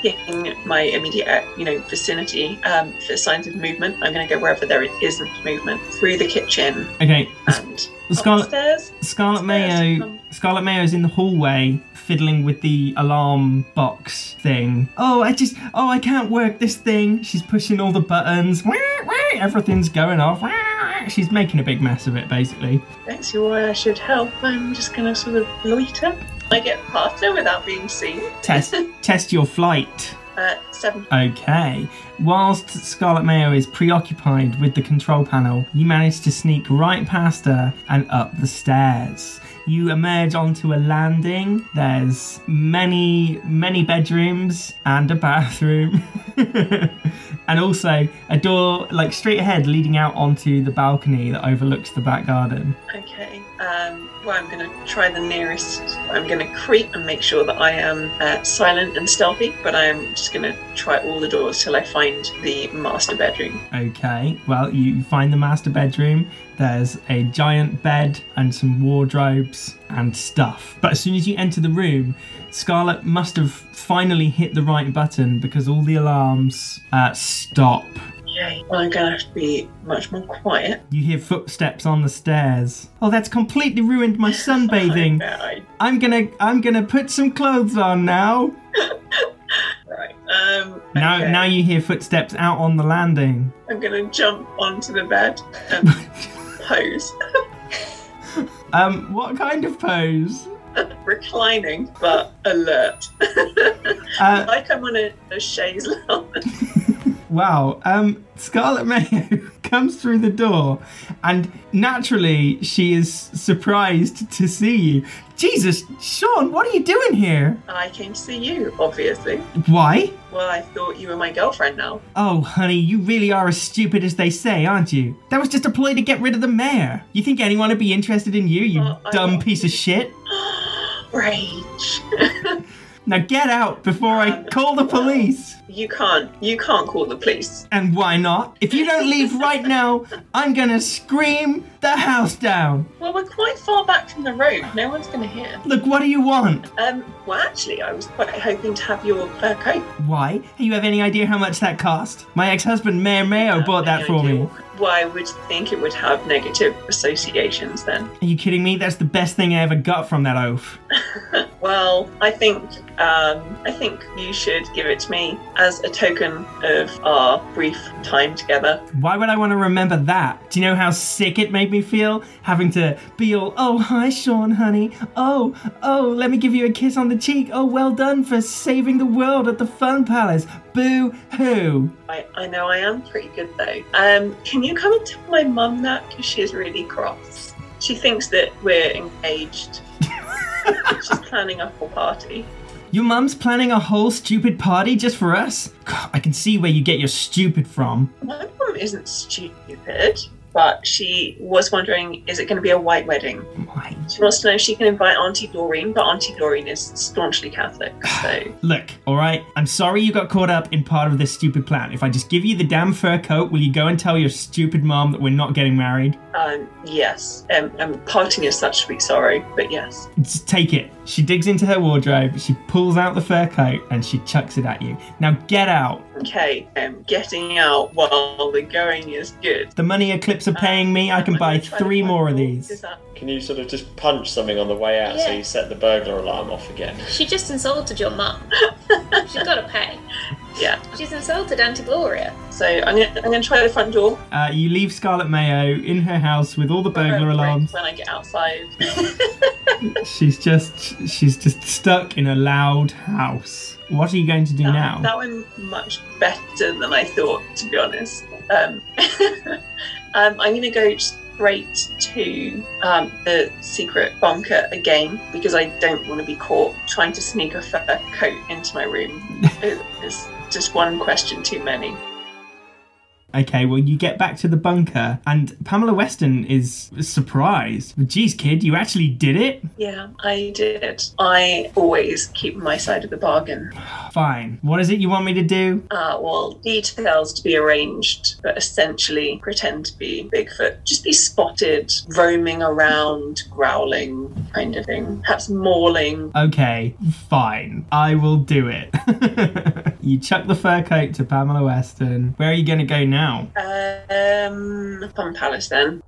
[SPEAKER 8] checking my immediate, uh, you know, vicinity um, for signs of movement. I'm going to go wherever there isn't movement through the kitchen
[SPEAKER 2] Okay, S-
[SPEAKER 8] and
[SPEAKER 2] Scarlet
[SPEAKER 8] upstairs.
[SPEAKER 2] Scarlet
[SPEAKER 8] Upstairs.
[SPEAKER 2] Mayo Scarlet Mayo's in the hallway fiddling with the alarm box thing. Oh, I just oh I can't work this thing. She's pushing all the buttons. Wah, wah, Everything's going off. Wah, wah. She's making a big mess of it basically.
[SPEAKER 8] Thanks, you I should help. I'm just going to sort of loiter. I get past her without being seen.
[SPEAKER 2] Test test your flight.
[SPEAKER 8] Uh, seven.
[SPEAKER 2] Okay. Whilst Scarlet Mayo is preoccupied with the control panel, you manage to sneak right past her and up the stairs. You emerge onto a landing. There's many, many bedrooms and a bathroom. and also a door like straight ahead leading out onto the balcony that overlooks the back garden.
[SPEAKER 8] Okay. Um, well, I'm going to try the nearest. I'm going to creep and make sure that I am uh, silent and stealthy, but I'm just going to try all the doors till I find the master bedroom.
[SPEAKER 2] Okay, well, you find the master bedroom. There's a giant bed and some wardrobes and stuff. But as soon as you enter the room, Scarlet must have finally hit the right button because all the alarms uh, stop.
[SPEAKER 8] Yay. Well, I'm going to have to be much more quiet.
[SPEAKER 2] You hear footsteps on the stairs. Oh, that's completely ruined my sunbathing.
[SPEAKER 8] Yeah, I-
[SPEAKER 2] I'm gonna, I'm gonna put some clothes on now.
[SPEAKER 8] right. Um,
[SPEAKER 2] Now,
[SPEAKER 8] okay.
[SPEAKER 2] now you hear footsteps out on the landing.
[SPEAKER 8] I'm going to jump onto the bed and pose.
[SPEAKER 2] Um, what kind of pose?
[SPEAKER 8] Reclining, but alert.
[SPEAKER 2] Uh,
[SPEAKER 8] like I'm on a, a chaise lounge.
[SPEAKER 2] Wow. Um, Scarlet Mayo comes through the door, and naturally she is surprised to see you. Jesus, Sean, what are you doing here?
[SPEAKER 8] I came to see you, obviously.
[SPEAKER 2] Why?
[SPEAKER 8] Well, I thought you were my girlfriend now.
[SPEAKER 2] Oh, honey, you really are as stupid as they say, aren't you? That was just a ploy to get rid of the mayor. You think anyone would be interested in you, you
[SPEAKER 8] Well, I
[SPEAKER 2] dumb
[SPEAKER 8] don't-
[SPEAKER 2] piece of shit?
[SPEAKER 8] Rage.
[SPEAKER 2] Now get out before I call the police.
[SPEAKER 8] you can't. You can't call the police.
[SPEAKER 2] And why not? If you don't leave right now, I'm gonna scream the house down.
[SPEAKER 8] Well, we're quite far back from the road. No one's going to hear.
[SPEAKER 2] Look, what do you want?
[SPEAKER 8] Um. Well, actually, I was quite hoping to have your uh, fur coat.
[SPEAKER 2] Why? Hey, you have any idea how much that cost? My ex-husband Mayor Mayo bought that for me.
[SPEAKER 8] Well, I would think it would have negative associations then.
[SPEAKER 2] Are you kidding me? That's the best thing I ever got from that oaf.
[SPEAKER 8] Well, I think um, I think you should give it to me as a token of our brief time together.
[SPEAKER 2] Why would I want to remember that? Do you know how sick it made me feel? Having to be all, oh, hi, Sean, honey. Oh, oh, let me give you a kiss on the cheek. Oh, well done for saving the world at the Fun Palace. Boo hoo.
[SPEAKER 8] I, I know I am pretty good though. Um, can you come and tell my mum that because she's really cross. She thinks that we're engaged. she's planning a whole party.
[SPEAKER 2] Your mum's planning a whole stupid party just for us? God, I can see where you get your stupid from.
[SPEAKER 8] My mum isn't stupid, but she was wondering, is it going to be a white wedding?
[SPEAKER 2] Why?
[SPEAKER 8] She wants to know if she can invite Auntie Doreen, but Auntie Doreen is staunchly Catholic, so.
[SPEAKER 2] Look, all right, I'm sorry you got caught up in part of this stupid plan. If I just give you the damn fur coat, will you go and tell your stupid mom that we're not getting married?
[SPEAKER 8] Um, yes, um, um, parting is such sweet sorrow, but yes.
[SPEAKER 2] Just take it. She digs into her wardrobe, she pulls out the fur coat, and she chucks it at you. Now get out.
[SPEAKER 8] Okay, um, getting out while the going is good.
[SPEAKER 2] The money Eclipse are paying me, I can
[SPEAKER 8] I'm
[SPEAKER 2] buy
[SPEAKER 8] gonna try to
[SPEAKER 2] three
[SPEAKER 8] find
[SPEAKER 2] more of
[SPEAKER 8] all-
[SPEAKER 2] these.
[SPEAKER 8] is that-
[SPEAKER 7] Can you sort of just punch something on the way out so
[SPEAKER 5] Yeah.
[SPEAKER 7] you set the burglar alarm off again?
[SPEAKER 5] She just insulted your mum. She's got to pay.
[SPEAKER 8] Yeah.
[SPEAKER 5] She's insulted Auntie Gloria.
[SPEAKER 8] So I'm gonna, I'm gonna try the front door.
[SPEAKER 2] Uh, you leave Scarlet Mayo in her house with all the burglar
[SPEAKER 8] Right,
[SPEAKER 2] alarms.
[SPEAKER 8] When I get outside.
[SPEAKER 2] She's just, she's just stuck in a loud house. What are you going to do now?
[SPEAKER 8] That one much better than I thought, to be honest. Um, um, I'm going to go straight to um, the secret bunker again because I don't want to be caught trying to sneak a fur coat into my room. It- it's just one question too many.
[SPEAKER 2] Okay, well, you get back to the bunker, and Pamela Weston is surprised. Geez, kid, you actually did it?
[SPEAKER 8] Yeah, I did. I always keep my side of the bargain.
[SPEAKER 2] Fine. What is it you want me to do?
[SPEAKER 8] Uh, well, details to be arranged, but essentially pretend to be Bigfoot. Just be spotted, roaming around, growling, kind of thing. Perhaps mauling.
[SPEAKER 2] Okay, fine. I will do it. you chuck the fur coat to Pamela Weston. Where are you going to go now?
[SPEAKER 8] Um, Fun Palace then.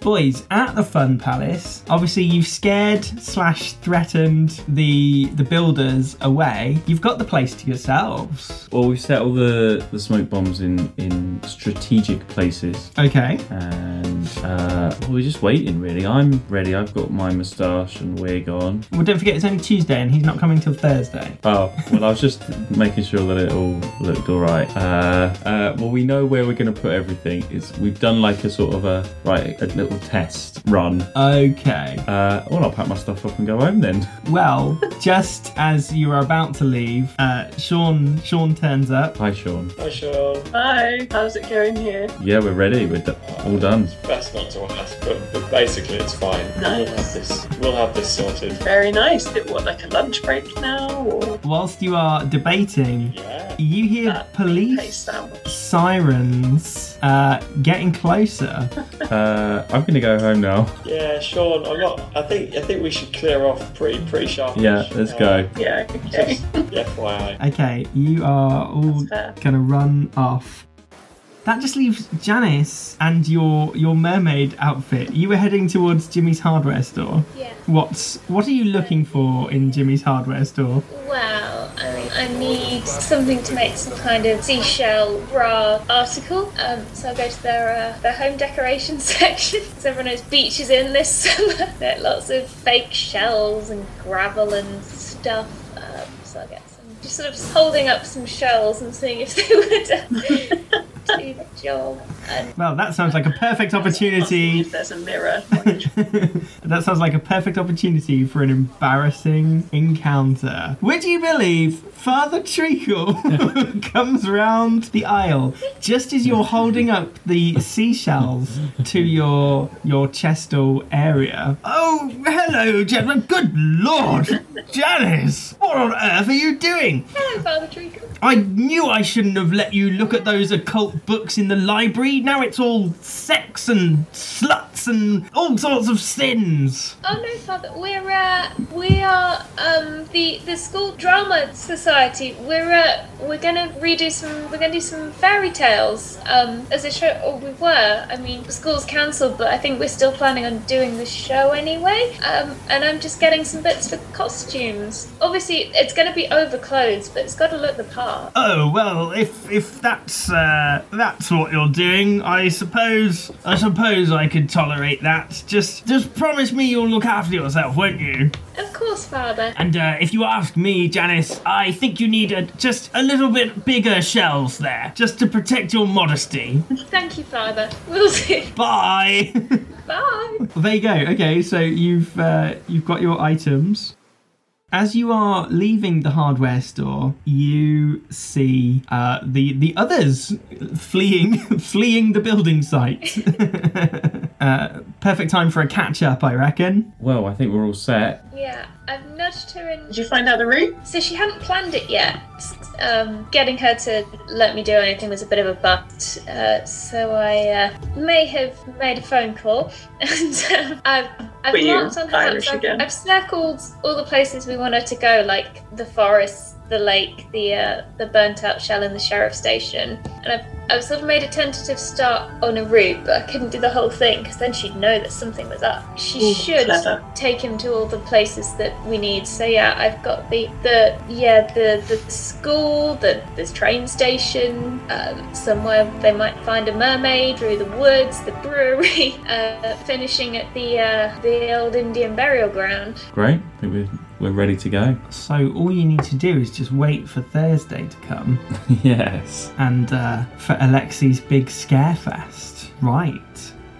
[SPEAKER 2] Boys, at the Fun Palace, obviously you've scared slash threatened the the builders away. You've got the place to yourselves.
[SPEAKER 6] Well, we set all the, the smoke bombs in, in strategic places.
[SPEAKER 2] Okay.
[SPEAKER 6] And uh, well, we're just waiting, really. I'm ready. I've got my moustache and wig on.
[SPEAKER 2] Well, don't forget it's only Tuesday and he's not coming till Thursday.
[SPEAKER 6] Oh, well, I was just making sure that it all looked all right. Uh, uh, well, we know where we're going to put everything. It's, we've done like a sort of a, right, a little little test run.
[SPEAKER 2] Okay.
[SPEAKER 6] Uh, well, I'll pack my stuff up and go home then.
[SPEAKER 2] Well, just as you are about to leave, uh, Sean Sean turns up.
[SPEAKER 6] Hi, Sean.
[SPEAKER 7] Hi, Sean.
[SPEAKER 8] Hi, how's it going here?
[SPEAKER 6] Yeah, we're ready. We're do- all done.
[SPEAKER 7] Best not to ask, but, but basically it's fine. We'll have
[SPEAKER 8] Nice.
[SPEAKER 7] this. We'll have this sorted.
[SPEAKER 8] Very nice. Is it what, like a lunch break now? Or
[SPEAKER 2] Whilst you are debating,
[SPEAKER 7] Yeah.
[SPEAKER 2] you
[SPEAKER 8] Uh,
[SPEAKER 2] hear
[SPEAKER 8] Hey,
[SPEAKER 2] police
[SPEAKER 8] Sam.
[SPEAKER 2] sirens uh, getting closer.
[SPEAKER 6] Uh, I'm gonna go home now.
[SPEAKER 7] Yeah, Sean. I'm not. I think. I think we should clear off pretty pretty sharpish.
[SPEAKER 6] Yeah, let's
[SPEAKER 7] Uh,
[SPEAKER 6] go.
[SPEAKER 8] Yeah, okay.
[SPEAKER 7] Just FYI.
[SPEAKER 2] Okay, you are all
[SPEAKER 8] That's fair.
[SPEAKER 2] gonna run off. That just leaves Janice and your your mermaid outfit. You were heading towards Jimmy's hardware store.
[SPEAKER 5] Yeah.
[SPEAKER 2] What's what are you looking for in Jimmy's hardware store?
[SPEAKER 5] Well, I mean, I need something to make some kind of seashell bra article. Um, so I'll go to their uh, their home decoration section. so everyone knows beach is in this summer. there are lots of fake shells and gravel and stuff. Um, so I'll get some, just sort of holding up some shells and seeing if they would uh, do the job. And
[SPEAKER 2] Well, that sounds like a perfect opportunity.
[SPEAKER 8] If there's a mirror.
[SPEAKER 2] that sounds like a perfect opportunity for an embarrassing encounter. Would you believe Father Treacle comes round the aisle just as you're holding up the seashells to your your chestal area? Oh, hello, gentlemen. Good lord, Janice, what on earth are you doing?
[SPEAKER 5] hello, Father Treacle.
[SPEAKER 2] I knew I shouldn't have let you look at those occult books in the library. Now it's all sex and sluts and all sorts of sins.
[SPEAKER 5] Oh no, Father. We're uh, we are um the the school drama society. We're uh, we're gonna redo some. We're gonna do some fairy tales. Um, as a show, or we were. I mean, school's cancelled, but I think we're still planning on doing the show anyway. Um, and I'm just getting some bits for costumes. Obviously, it's gonna be over clothes, but it's got to look the part.
[SPEAKER 2] Oh well, if if that's uh, that's what you're doing, I suppose I suppose I could tolerate that. Just just promise me you'll look after yourself, won't you?
[SPEAKER 5] Of course, Father.
[SPEAKER 2] And uh, if you ask me, Janice, I think you need a, just a little bit bigger shells there, just to protect your modesty.
[SPEAKER 5] Thank you, Father. We'll do.
[SPEAKER 2] Bye.
[SPEAKER 5] Bye.
[SPEAKER 2] Well, there you go. Okay, so you've uh, you've got your items. As you are leaving the hardware store, you see uh, the the others fleeing fleeing the building site. uh, perfect time for a catch up, I reckon.
[SPEAKER 6] Well, I think we're all set.
[SPEAKER 5] Yeah, I've nudged her in.
[SPEAKER 8] Did you find out the route?
[SPEAKER 5] So she hadn't planned it yet. Um, getting her to let me do anything was a bit of a butt. Uh, so I uh, may have made a phone call, and um, I've, I've
[SPEAKER 8] Were you
[SPEAKER 5] marked on the maps.
[SPEAKER 8] Irish
[SPEAKER 5] I've,
[SPEAKER 8] again?
[SPEAKER 5] I've circled all the places we want her to go, like the forest, the lake, the uh, the burnt out shell, and the sheriff station. And I've I've sort of made a tentative start on a route, but I couldn't do the whole thing because then she'd know that something was up. She
[SPEAKER 8] Ooh,
[SPEAKER 5] should
[SPEAKER 8] clever.
[SPEAKER 5] take him to all the places that we need. So yeah, I've got the the yeah the the school, the the train station, um, somewhere they might find a mermaid through the woods, the brewery, uh, finishing at the uh, the old Indian burial ground.
[SPEAKER 6] Great. I think we're we're ready to go.
[SPEAKER 2] So all you need to do is just wait for Thursday to come
[SPEAKER 6] yes.
[SPEAKER 2] and uh, for Alexi's big scare fest. Right.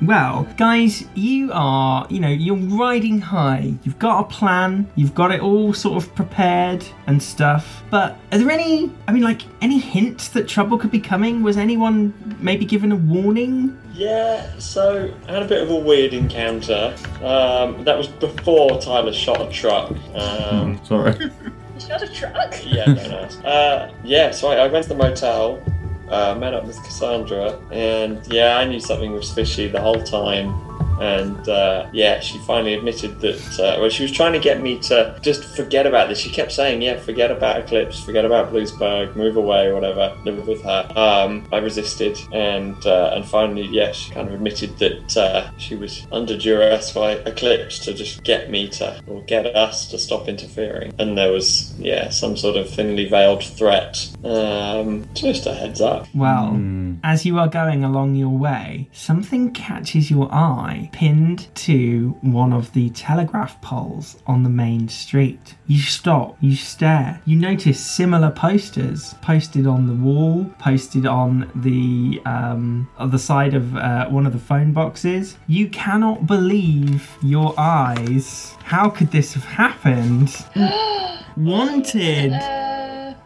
[SPEAKER 2] Well, guys, you are, you know, you're riding high. You've got a plan, you've got it all sort of prepared and stuff. But are there any, I mean, like, any hints that trouble could be coming? Was anyone maybe given a warning?
[SPEAKER 7] Yeah. So I had a bit of a weird encounter. Um, that was before Tyler shot a truck. Um,
[SPEAKER 6] Oh, Sorry.
[SPEAKER 5] You shot a truck.
[SPEAKER 6] Hmm.
[SPEAKER 7] yeah, no, no. Uh, yeah, so I, I went to the motel, uh, met up with Cassandra, and yeah, I knew something was fishy the whole time. And uh, yeah, she finally admitted that. Uh, well, she was trying to get me to just forget about this. She kept saying, "Yeah, forget about Eclipse, forget about Bluesburg, move away, or whatever, live with her." Um, I resisted, and uh, and finally, yeah, she kind of admitted that uh, she was under duress by Eclipse to just get me to or get us to stop interfering. And there was yeah some sort of thinly veiled threat. Um, just a heads up.
[SPEAKER 2] Well,
[SPEAKER 6] Hmm.
[SPEAKER 2] as you are going along your way, something catches your eye pinned to one of the telegraph poles on the main street. You stop, you stare, you notice similar posters posted on the wall, posted on the um, other side of uh, one of the phone boxes. You cannot believe your eyes. How could this have happened? Wanted.
[SPEAKER 5] Uh,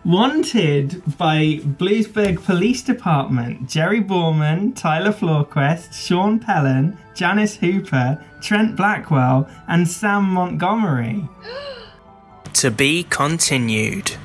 [SPEAKER 2] Wanted by Bloomsburg Police Department, Jerry Borman, Tyler Floorquest, Sean Pellon, Janice Hooper, Trent Blackwell, and Sam Montgomery.
[SPEAKER 9] To be continued.